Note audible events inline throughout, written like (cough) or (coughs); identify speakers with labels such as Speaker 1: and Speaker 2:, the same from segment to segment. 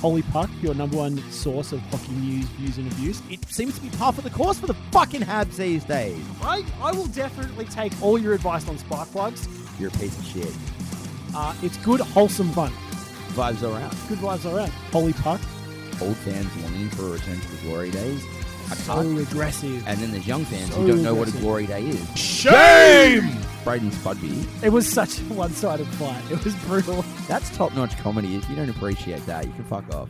Speaker 1: Holy Puck, your number one source of hockey news, views, and abuse. It seems to be par for the course for the fucking Habs these days. I, I will definitely take all your advice on spark plugs.
Speaker 2: You're a piece of shit.
Speaker 1: Uh, it's good, wholesome fun.
Speaker 2: Vibes around.
Speaker 1: Good vibes around. Holy Puck,
Speaker 2: Old fans longing for a return to the glory days. I
Speaker 1: so
Speaker 2: can't.
Speaker 1: aggressive.
Speaker 2: And then there's young fans
Speaker 1: So
Speaker 2: who don't know what a
Speaker 1: aggressive.
Speaker 2: glory day is.
Speaker 3: Shame!
Speaker 2: Braden Spudby.
Speaker 1: It was such a one-sided fight. It was brutal.
Speaker 2: That's top notch comedy. If you don't appreciate that, you can fuck
Speaker 1: (laughs)
Speaker 2: off.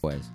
Speaker 2: Boys.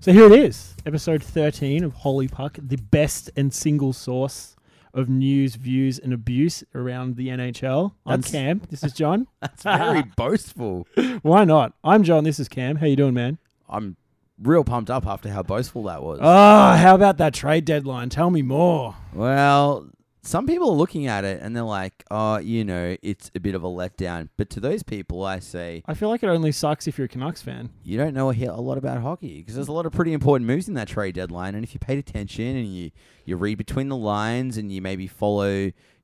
Speaker 1: So here it is, episode 13 of Holy Puck, the best and single source of news, views, and abuse around the NHL. I'm
Speaker 2: That's-
Speaker 1: Cam. This is John. (laughs)
Speaker 2: That's very boastful.
Speaker 1: Why not? I'm John. This is Cam. How you doing, man?
Speaker 2: I'm real pumped up after how boastful that was.
Speaker 1: Oh, how about that trade deadline? Tell me more.
Speaker 2: Well, some people are looking at it and they're like, oh, you know, it's a bit of a letdown. But to those people, I say,
Speaker 1: I feel like it only sucks if you're a Canucks fan.
Speaker 2: you don't know a he- a lot about hockey because there's a lot of pretty important moves in that trade deadline. And if you paid attention and you, you read between the lines and you maybe follow,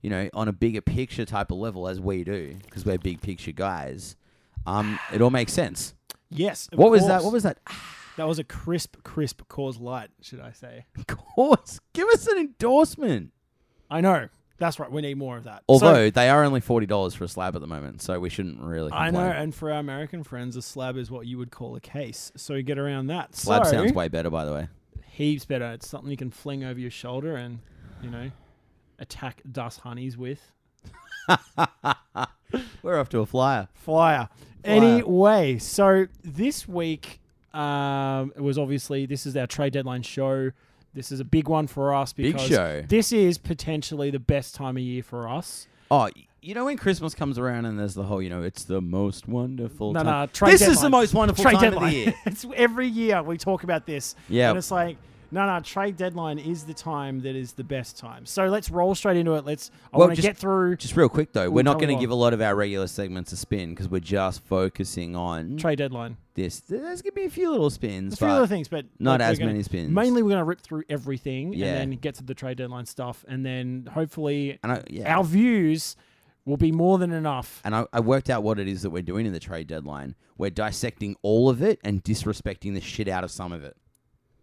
Speaker 2: you know, on a bigger picture type of level as we do because we're big picture guys, um, it all makes sense.
Speaker 1: Yes. of
Speaker 2: What was that?
Speaker 1: course.
Speaker 2: What was that? (laughs)
Speaker 1: that? Was a crisp, crisp cause light, should I say?
Speaker 2: Of course, give us an endorsement.
Speaker 1: I know. That's right. We need more of that. So-
Speaker 2: Although they are only forty dollars for a slab at the moment, so we shouldn't really.
Speaker 1: I
Speaker 2: Complain.
Speaker 1: know, and for our American friends, a slab is what you would call a case. So you get around that.
Speaker 2: Slab
Speaker 1: so,
Speaker 2: sounds way better, by the way.
Speaker 1: heaps better. It's something you can fling over your shoulder and, you know, attack dust honeys with.
Speaker 2: We're off to a flyer.
Speaker 1: Fire. Anyway, so this week um, it was obviously this is our trade deadline show. This is a big one for us
Speaker 2: Big
Speaker 1: because
Speaker 2: show.
Speaker 1: this is potentially the best time of year for us.
Speaker 2: Oh, y- you know when Christmas comes around and there's the whole, you know, it's the most wonderful
Speaker 1: No,
Speaker 2: time.
Speaker 1: no, trade
Speaker 2: this is
Speaker 1: deadline.
Speaker 2: the most wonderful
Speaker 1: Trade
Speaker 2: time
Speaker 1: deadline.
Speaker 2: of the year.
Speaker 1: (laughs) it's every year we talk about this.
Speaker 2: Yeah.
Speaker 1: And it's like, no, no, trade deadline is the time that is the best time. So let's roll straight into it. Let's I
Speaker 2: Well,
Speaker 1: want to
Speaker 2: just-
Speaker 1: get through
Speaker 2: Just real quick though, we're not
Speaker 1: tell me
Speaker 2: going to
Speaker 1: what.
Speaker 2: give a lot of our regular segments a spin because we're just focusing on
Speaker 1: trade deadline.
Speaker 2: this. There's going to be a few little
Speaker 1: There's
Speaker 2: spins,
Speaker 1: a few
Speaker 2: but
Speaker 1: other things, but
Speaker 2: not
Speaker 1: we're
Speaker 2: as
Speaker 1: gonna-
Speaker 2: many spins.
Speaker 1: Mainly, we're going to rip through everything
Speaker 2: Yeah.
Speaker 1: and then get to the trade deadline stuff, and then hopefully
Speaker 2: and I, yeah,
Speaker 1: our views will be more than enough.
Speaker 2: and I, I worked out what it is that we're doing in the trade deadline. We're dissecting all of it and disrespecting the shit out of some of it.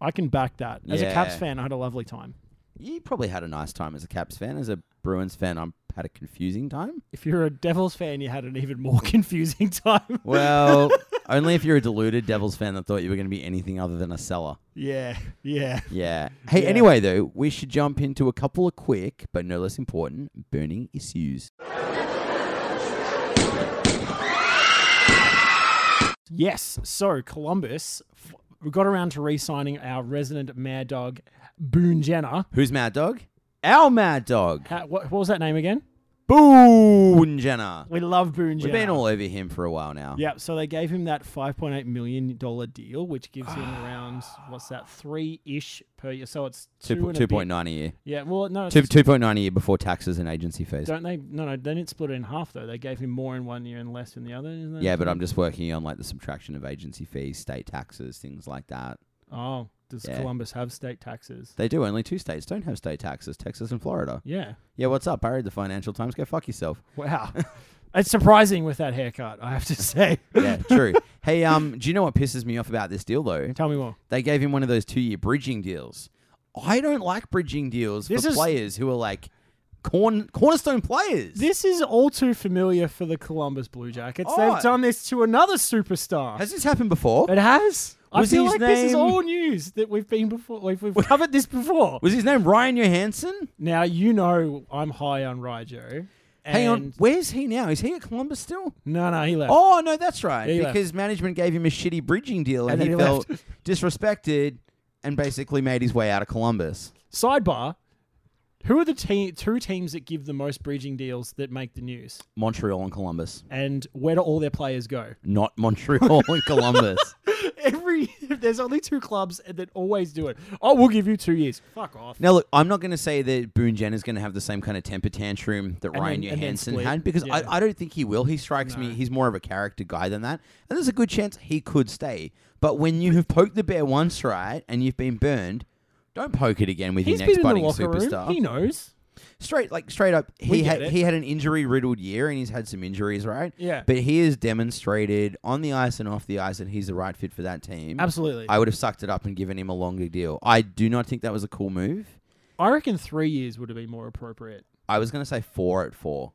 Speaker 1: I can back that. As a Caps
Speaker 2: Yeah.
Speaker 1: fan, I had a lovely time.
Speaker 2: You probably had a nice time as a Caps fan, as a Bruins fan. I'm had a confusing time.
Speaker 1: If you're a Devils fan, you had an even more (laughs) confusing time.
Speaker 2: Well, only if you're a deluded Devils fan that thought you were going to be anything other than a seller.
Speaker 1: (laughs) yeah, yeah.
Speaker 2: Yeah. Hey,
Speaker 1: Yeah.
Speaker 2: anyway, though, we should jump into a couple of quick, but no less important, burning issues.
Speaker 1: Yes. So Columbus f- we got around to re-signing our resident Mad Dog Boone Jenner.
Speaker 2: Who's Mad Dog? Our Mad Dog,
Speaker 1: Ha- what, what was that name again?
Speaker 2: Boone Jenner.
Speaker 1: We love Boone
Speaker 2: We've
Speaker 1: Jenner.
Speaker 2: been all over him for a while now.
Speaker 1: Yep. So they gave him that five point eight million dollar deal, which gives
Speaker 2: (sighs)
Speaker 1: him around what's that three ish per year. So it's
Speaker 2: Two,
Speaker 1: two, and a
Speaker 2: two
Speaker 1: bit.
Speaker 2: point nine a year.
Speaker 1: Yeah. Well, no. it's
Speaker 2: Two two point nine a year before taxes and agency fees.
Speaker 1: Don't they? No, no, they didn't split it in half though. They gave him more in one year and less in the other. Isn't that
Speaker 2: Yeah, but
Speaker 1: something?
Speaker 2: I'm just working on like the subtraction of agency fees, state taxes, things like that.
Speaker 1: Oh, does
Speaker 2: Yeah.
Speaker 1: Columbus have state taxes?
Speaker 2: They do. Only two states don't have state taxes: Texas and Florida.
Speaker 1: Yeah.
Speaker 2: Yeah, what's up? I read the Financial Times. Go fuck yourself.
Speaker 1: Wow. (laughs) it's surprising with that haircut, I
Speaker 2: (laughs)
Speaker 1: have to say.
Speaker 2: Yeah, true. hey, um, do you know what pisses me off about this deal though?
Speaker 1: Tell me more.
Speaker 2: They gave him one of those two-year bridging deals. I don't like bridging deals
Speaker 1: This
Speaker 2: for
Speaker 1: is-
Speaker 2: players who are like corn cornerstone players.
Speaker 1: This is all too familiar for the Columbus Blue Jackets.
Speaker 2: Oh.
Speaker 1: They've done this to another superstar.
Speaker 2: Has this happened before?
Speaker 1: it has. I
Speaker 2: Was
Speaker 1: feel
Speaker 2: his
Speaker 1: like this is
Speaker 2: name-
Speaker 1: all news that we've been before. We've, we've covered this before.
Speaker 2: Was his name Ryan Johansson?
Speaker 1: Now you know I'm high on Ryjo.
Speaker 2: Hang on,
Speaker 1: and-
Speaker 2: where's he now? Is he at Columbus still?
Speaker 1: No, no, he left.
Speaker 2: Oh no, that's right.
Speaker 1: Yeah, he left.
Speaker 2: because management gave him a shitty bridging deal, and,
Speaker 1: And
Speaker 2: he,
Speaker 1: then he
Speaker 2: felt
Speaker 1: (laughs)
Speaker 2: disrespected, and basically made his way out of Columbus.
Speaker 1: Sidebar: Who are the te- two teams that give the most bridging deals that make the news?
Speaker 2: Montreal and Columbus,
Speaker 1: And where do all their players go?
Speaker 2: not Montreal and Columbus.
Speaker 1: (laughs) Every there's only two clubs that always do it. Oh, we'll give you two years. Fuck off.
Speaker 2: Now, look, I'm not going to say that Boone Jenner's going to have the same kind of temper tantrum that Ryan
Speaker 1: then- and then
Speaker 2: Johansson
Speaker 1: split.
Speaker 2: had because
Speaker 1: Yeah.
Speaker 2: I, I don't think he will. He strikes me, he's more of a character guy than that. And there's a good chance he could stay. But when you have poked the bear once, right, and you've been burned, don't poke it again with
Speaker 1: He's
Speaker 2: your next
Speaker 1: been in the
Speaker 2: budding
Speaker 1: locker
Speaker 2: superstar.
Speaker 1: room. He knows.
Speaker 2: Straight like straight up,
Speaker 1: We
Speaker 2: he
Speaker 1: get
Speaker 2: had
Speaker 1: it.
Speaker 2: he had an injury riddled year and he's had some injuries, right?
Speaker 1: Yeah.
Speaker 2: But he has demonstrated on the ice and off the ice that he's the right fit for that team.
Speaker 1: Absolutely.
Speaker 2: I would have sucked it up and given him a longer deal. I do not think that was a cool move.
Speaker 1: I reckon three years would have been more appropriate.
Speaker 2: I was going to say four at four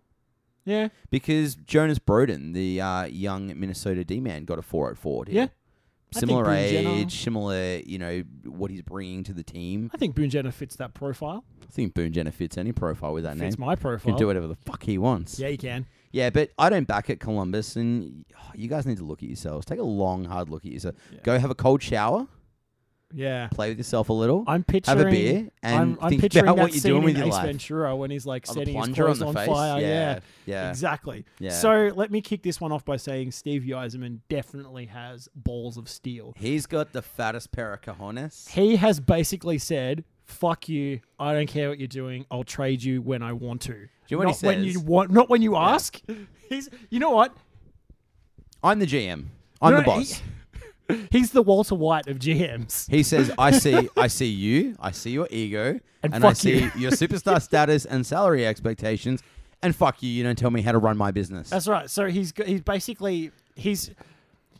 Speaker 1: Yeah.
Speaker 2: because Jonas Broden, the uh, young Minnesota D man, got a four at four.
Speaker 1: Yeah.
Speaker 2: Here.
Speaker 1: I think
Speaker 2: Similar
Speaker 1: Boone
Speaker 2: age,
Speaker 1: Jenner-
Speaker 2: similar, you know, what he's bringing to the team.
Speaker 1: I think Boone Jenner fits that profile.
Speaker 2: I think Boone Jenner fits any profile with that
Speaker 1: fits
Speaker 2: name.
Speaker 1: my
Speaker 2: Can
Speaker 1: profile.
Speaker 2: do whatever the fuck he wants.
Speaker 1: Yeah, you can.
Speaker 2: Yeah, but I don't back at Columbus, and (sighs) oh, you guys need to look at yourselves. Take a long, hard look at yourself.
Speaker 1: Yeah.
Speaker 2: Go have a cold shower,
Speaker 1: Yeah.
Speaker 2: play with yourself a little,
Speaker 1: I'm picturing.
Speaker 2: have a beer, and
Speaker 1: I'm, I'm
Speaker 2: think
Speaker 1: picturing
Speaker 2: about
Speaker 1: that
Speaker 2: what you're
Speaker 1: scene
Speaker 2: doing
Speaker 1: in
Speaker 2: with your
Speaker 1: Ace
Speaker 2: life.
Speaker 1: Ventura when he's like
Speaker 2: Oh, the
Speaker 1: setting his
Speaker 2: plunger on
Speaker 1: clothes
Speaker 2: the
Speaker 1: on,
Speaker 2: face.
Speaker 1: fire.
Speaker 2: yeah, yeah.
Speaker 1: Exactly.
Speaker 2: Yeah.
Speaker 1: So let me kick this one off by saying Steve Yzerman definitely has balls of steel.
Speaker 2: He's got the fattest pair of cojones.
Speaker 1: He has basically said, "Fuck you! I don't care what you're doing. I'll trade you when I want to.
Speaker 2: you know what
Speaker 1: not
Speaker 2: he
Speaker 1: when
Speaker 2: says?
Speaker 1: you want, not when you ask." He's, you know what?
Speaker 2: I'm the GM. I'm
Speaker 1: No,
Speaker 2: the
Speaker 1: he-
Speaker 2: boss.
Speaker 1: (laughs) He's the Walter White of GMs.
Speaker 2: He says,
Speaker 1: (laughs)
Speaker 2: "I see, I see you. I see your ego,
Speaker 1: And
Speaker 2: and, I
Speaker 1: fuck
Speaker 2: see
Speaker 1: you."
Speaker 2: your
Speaker 1: (laughs)
Speaker 2: superstar status and salary expectations. And fuck you, you don't tell me how to run my business."
Speaker 1: That's right. So he's go- he's basically he's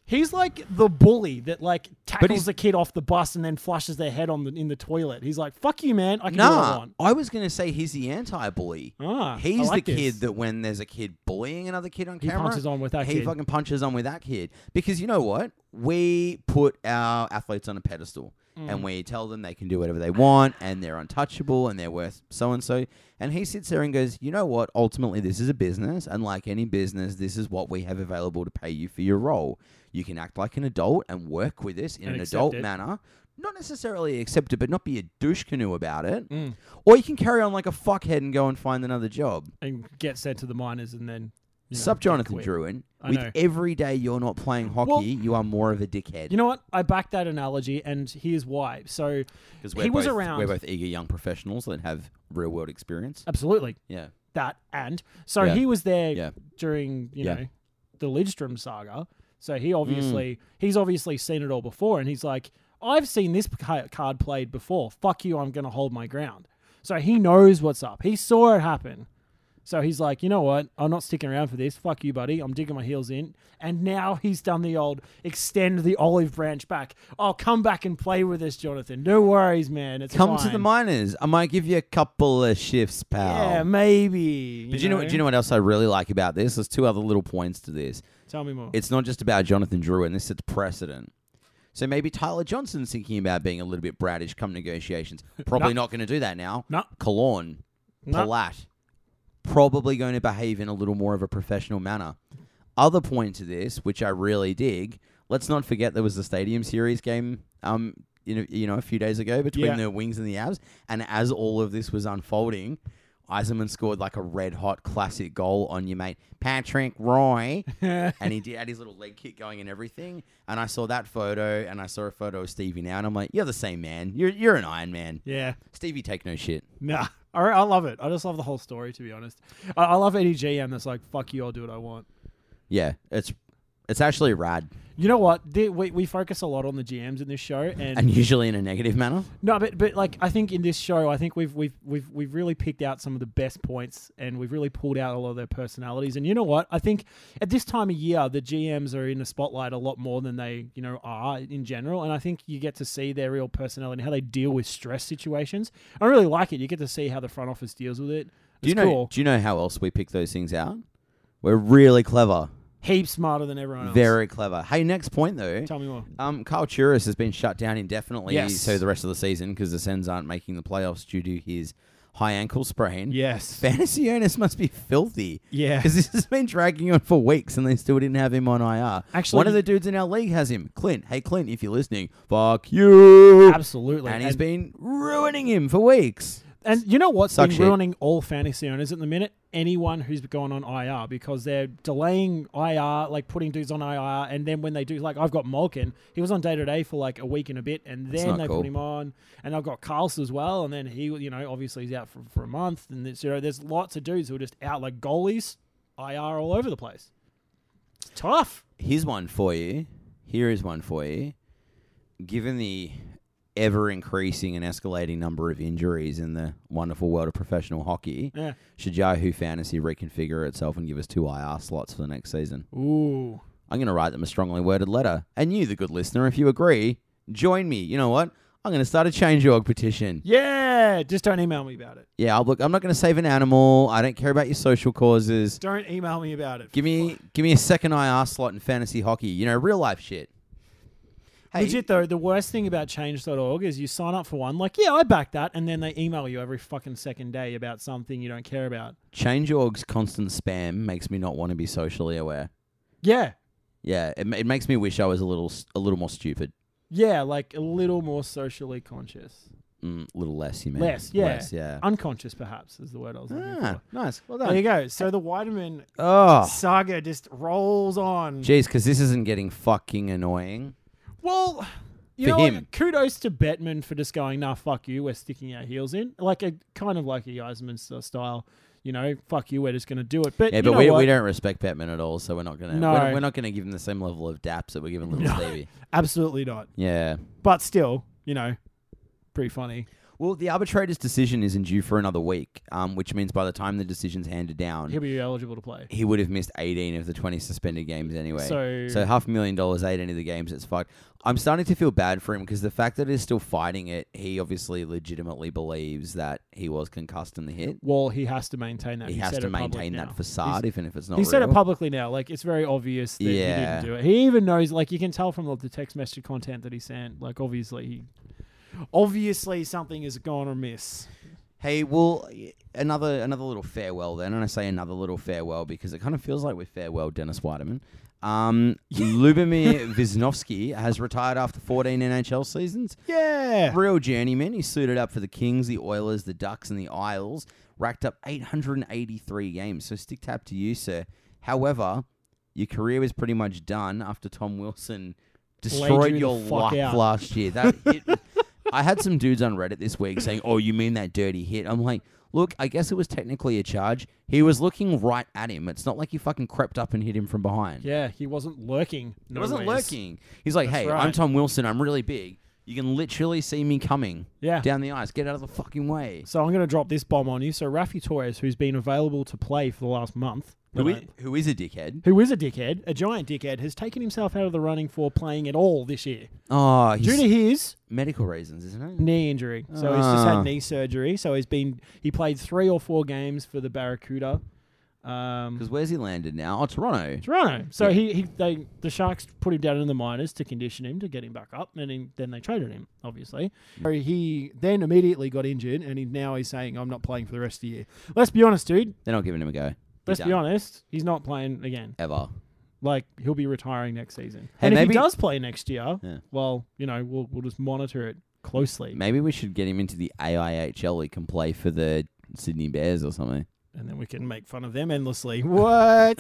Speaker 1: he's like the bully that like tackles
Speaker 2: he's-
Speaker 1: the kid off the bus and then flushes their head on the in the toilet. He's like, "Fuck you, man! I can do what I
Speaker 2: nah,
Speaker 1: want."
Speaker 2: I was gonna say he's the anti-bully.
Speaker 1: Ah, I
Speaker 2: he's
Speaker 1: like
Speaker 2: the
Speaker 1: this.
Speaker 2: kid that when there's a kid bullying another kid on camera,
Speaker 1: punches on with that
Speaker 2: he
Speaker 1: kid.
Speaker 2: fucking punches on with that kid because you know what? We put our athletes on a pedestal
Speaker 1: Mm.
Speaker 2: and we tell them they can do whatever they want and they're untouchable and they're worth so and so. And he sits there and goes, "You know what? Ultimately, this is a business, and like any business, this is what we have available to pay you for your role. You can act like an adult and work with this in
Speaker 1: And
Speaker 2: an
Speaker 1: accept
Speaker 2: adult
Speaker 1: it.
Speaker 2: manner." Not necessarily accept it, but not be a douche canoe about it.
Speaker 1: Mm.
Speaker 2: Or you can carry on like a fuckhead and go and find another job.
Speaker 1: and get sent to the minors and then you know,
Speaker 2: Sup,
Speaker 1: get
Speaker 2: Jonathan
Speaker 1: quit.
Speaker 2: Druin.
Speaker 1: I
Speaker 2: With
Speaker 1: know.
Speaker 2: every day you're not playing hockey,
Speaker 1: Well-
Speaker 2: you are more of a dickhead.
Speaker 1: You know what? I back that analogy, and here's why. So
Speaker 2: Because
Speaker 1: he was around.
Speaker 2: We're both eager young professionals that have real world experience.
Speaker 1: absolutely
Speaker 2: Yeah.
Speaker 1: that, and so
Speaker 2: Yeah.
Speaker 1: he was there
Speaker 2: Yeah.
Speaker 1: during you
Speaker 2: Yeah. Mm.
Speaker 1: know the Lidstrom saga. So he obviously he's obviously seen it all before, and he's like, I've seen this ca- card played before. Fuck you! I'm going to hold my ground. So he knows what's up. He saw it happen. So he's like, you know what? I'm not sticking around for this. Fuck you, buddy. I'm digging my heels in. And now he's done the old extend the olive branch back. I'll come back and play with us, Jonathan. No worries, man. It's
Speaker 2: Come to
Speaker 1: fine."
Speaker 2: the minors. I might give you a couple of shifts, pal.
Speaker 1: Yeah, maybe.
Speaker 2: but do you know, what? do you know what else I really like about this? There's two other little points to this.
Speaker 1: Tell me more.
Speaker 2: It's not just about Jonathan Drew, and this sets precedent. So maybe Tyler Johnson's thinking about being a little bit bratish come
Speaker 1: (laughs)
Speaker 2: negotiations. Probably not going to do that now.
Speaker 1: No.
Speaker 2: Cologne,
Speaker 1: No.
Speaker 2: Palat, probably going to behave in a little more of a professional manner. Other point to this, which I really dig, let's not forget there was the Stadium Series game, um, you know, you know, a few days ago between
Speaker 1: Yeah.
Speaker 2: the Wings and the Abs, and as all of this was unfolding. Eisenman scored like a red hot classic goal on your mate Patrick
Speaker 1: (laughs)
Speaker 2: Roy, and he did had his little leg kick going and everything. And I saw that photo, and I saw a photo of Stevie now, and I'm like, you're the same man. You're you're an Iron Man.
Speaker 1: yeah. (laughs)
Speaker 2: Stevie take no shit.
Speaker 1: Nah. I, I love it. I just love the whole story, to be honest. I, I love any GM that's like, fuck you, I'll do what I want.
Speaker 2: Yeah, it's it's actually rad,
Speaker 1: You know what? The, we, we focus a lot on the GMs in this show, and,
Speaker 2: and usually in a negative manner.
Speaker 1: no, but but like I think in this show, I think we've we've we've we've really picked out some of the best points, and we've really pulled out a lot of their personalities. And you know what? I think at this time of year, the GMs are in the spotlight a lot more than they you know are in general, and I think you get to see their real personality, and how they deal with stress situations. I really like it. You get to see how the front office deals with it.
Speaker 2: Do you
Speaker 1: It's
Speaker 2: know?
Speaker 1: cool.
Speaker 2: Do you know how else we pick those things out? We're really clever,
Speaker 1: heaps smarter than everyone else.
Speaker 2: very clever. Hey, next point though.
Speaker 1: Tell me more.
Speaker 2: Um, Kyle Turris has been shut down indefinitely
Speaker 1: Yes.
Speaker 2: so the rest of the season because the Sens aren't making the playoffs due to his high ankle sprain.
Speaker 1: Yes.
Speaker 2: Fantasy owners must be filthy.
Speaker 1: Yeah.
Speaker 2: Because this has been dragging on for weeks and they still didn't have him on IR.
Speaker 1: Actually-
Speaker 2: one of the dudes in our league has him. Clint. Hey, Clint, if you're listening, fuck you.
Speaker 1: Absolutely.
Speaker 2: And he's
Speaker 1: and,
Speaker 2: been ruining him for weeks.
Speaker 1: and you know what's
Speaker 2: Suck
Speaker 1: been
Speaker 2: shit.
Speaker 1: ruining all fantasy owners at the minute? Anyone who's gone on IR because they're delaying IR, like putting dudes on IR, and then when they do, like I've got Malkin, he was on day to day for like a week and a bit, and then
Speaker 2: not
Speaker 1: they
Speaker 2: cool.
Speaker 1: put him on, and I've got Carlson as well, and then he, you know, obviously he's out for, for a month, and it's, you know, there's lots of dudes who are just out like goalies, IR all over the place. It's tough.
Speaker 2: Here's one for you. Here is one for you. Given the ever increasing and escalating number of injuries in the wonderful world of professional hockey,
Speaker 1: Yeah.
Speaker 2: should Yahoo Fantasy reconfigure itself and give us two IR slots for the next season?
Speaker 1: Ooh.
Speaker 2: I'm going to write them a strongly worded letter. And you, the good listener, if you agree, join me. You know what? I'm going to start a change.org petition.
Speaker 1: Yeah. Just don't email me about it.
Speaker 2: Yeah, I'll look. I'm not going to save an animal. I don't care about your social causes.
Speaker 1: Don't email me about it.
Speaker 2: Give me, give me a second IR slot in fantasy hockey. You know, real life shit. Hey,
Speaker 1: Legit though, the worst thing about change.org is you sign up for one, like, yeah, I back that, and then they email you every fucking second day about something you don't care about.
Speaker 2: change.org's constant spam makes me not want to be socially aware.
Speaker 1: Yeah.
Speaker 2: Yeah, it, ma- it makes me wish I was a little, s- a little more stupid.
Speaker 1: Yeah, like a little more socially conscious.
Speaker 2: Mm, a little less, you mean?
Speaker 1: Less, yeah.
Speaker 2: Less, yeah.
Speaker 1: Unconscious perhaps is the word I was looking
Speaker 2: Ah,
Speaker 1: for.
Speaker 2: nice. Well
Speaker 1: There
Speaker 2: done.
Speaker 1: you go. So the Weideman
Speaker 2: Oh,
Speaker 1: saga just rolls on.
Speaker 2: jeez, because this isn't getting fucking annoying.
Speaker 1: Well, you
Speaker 2: For
Speaker 1: know, what?
Speaker 2: him.
Speaker 1: kudos to Bettman for just going, nah, fuck you, we're sticking our heels in. Like a kind of like a Yasmin style, you know, fuck you, we're just going to do it. But,
Speaker 2: Yeah,
Speaker 1: you
Speaker 2: but
Speaker 1: know
Speaker 2: we,
Speaker 1: what?
Speaker 2: we don't respect Batman at all, so we're not gonna
Speaker 1: No.
Speaker 2: we're, we're not gonna give him the same level of daps that we're giving Little
Speaker 1: No.
Speaker 2: Stevie.
Speaker 1: Absolutely not.
Speaker 2: Yeah.
Speaker 1: But still, you know, pretty funny.
Speaker 2: Well, the arbitrator's decision isn't due for another week, um, which means by the time the decision's handed down,
Speaker 1: He'll be eligible to play.
Speaker 2: he would have missed 18 of the 20 suspended games anyway.
Speaker 1: So-
Speaker 2: half a million dollars, 18 of the games, it's fucked. I'm starting to feel bad for him because the fact that he's still fighting it, he obviously legitimately believes that he was concussed in the hit.
Speaker 1: Well, he has to maintain that.
Speaker 2: He,
Speaker 1: He
Speaker 2: has
Speaker 1: said
Speaker 2: to
Speaker 1: it publicly
Speaker 2: maintain
Speaker 1: now.
Speaker 2: that facade, even if it's not
Speaker 1: He said it
Speaker 2: real.
Speaker 1: publicly now. Like it's very obvious that he
Speaker 2: Yeah.
Speaker 1: didn't do it. He even knows. Like you can tell from the text message content that he sent. Like obviously, he obviously something has gone amiss.
Speaker 2: Hey, well, y- another another little farewell then, and I say another little farewell because it kind of feels like we farewell Dennis Weideman.
Speaker 1: (laughs)
Speaker 2: Um, Lubomir Wisnowski has retired after 14 NHL seasons.
Speaker 1: Yeah.
Speaker 2: Real journeyman, he suited up for the Kings, the Oilers, the Ducks, and the Isles. Racked up 883 games, so stick tap to you, sir. However, your career was pretty much done after Tom Wilson destroyed
Speaker 1: you the
Speaker 2: your
Speaker 1: fuck
Speaker 2: life
Speaker 1: out.
Speaker 2: last
Speaker 1: (laughs)
Speaker 2: year. That hit. I had some dudes on Reddit this week saying, "Oh, you mean that dirty hit?" I'm like, "Look, I guess it was technically a charge. He was looking right at him. It's not like he fucking crept up and hit him from behind.
Speaker 1: Yeah, he wasn't lurking.
Speaker 2: He wasn't
Speaker 1: nowheres.
Speaker 2: lurking. He's like,
Speaker 1: That's
Speaker 2: hey,
Speaker 1: right.
Speaker 2: I'm Tom Wilson. I'm really big. You can literally see me coming
Speaker 1: (laughs) Yeah.
Speaker 2: down the ice. Get out of the fucking way.
Speaker 1: So I'm going to drop this bomb on you. So Rafi Torres, who's been available to play for the last month,
Speaker 2: Who
Speaker 1: but,
Speaker 2: is, who is a dickhead?
Speaker 1: who is a dickhead, a giant dickhead, has taken himself out of the running for playing at all this year
Speaker 2: Oh, he's
Speaker 1: due to his
Speaker 2: medical reasons, isn't it?
Speaker 1: knee injury. So he's just
Speaker 2: Ah.
Speaker 1: had knee surgery. So he's been he played three or four games for the Barracuda. Um,
Speaker 2: Because where's he landed now? Oh, Toronto.
Speaker 1: Toronto. So
Speaker 2: Yeah.
Speaker 1: he, he they the Sharks put him down in the minors to condition him to get him back up, and then- then they traded him. Obviously, so he then immediately got injured, and he, now he's saying, "I'm not playing for the rest of the year." Let's be honest, dude.
Speaker 2: They're not giving him a go. He's
Speaker 1: Let's be
Speaker 2: done.
Speaker 1: honest. He's not playing again.
Speaker 2: Ever.
Speaker 1: Like he'll be retiring next season.
Speaker 2: Hey,
Speaker 1: and if
Speaker 2: maybe-
Speaker 1: he does play next year,
Speaker 2: Yeah.
Speaker 1: well, you know, we'll we'll just monitor it closely,
Speaker 2: Maybe we should get him into the AIHL. He can play for the Sydney Bears
Speaker 1: (laughs)
Speaker 2: or something.
Speaker 1: and then we can make fun of them
Speaker 2: (laughs)
Speaker 1: endlessly. What?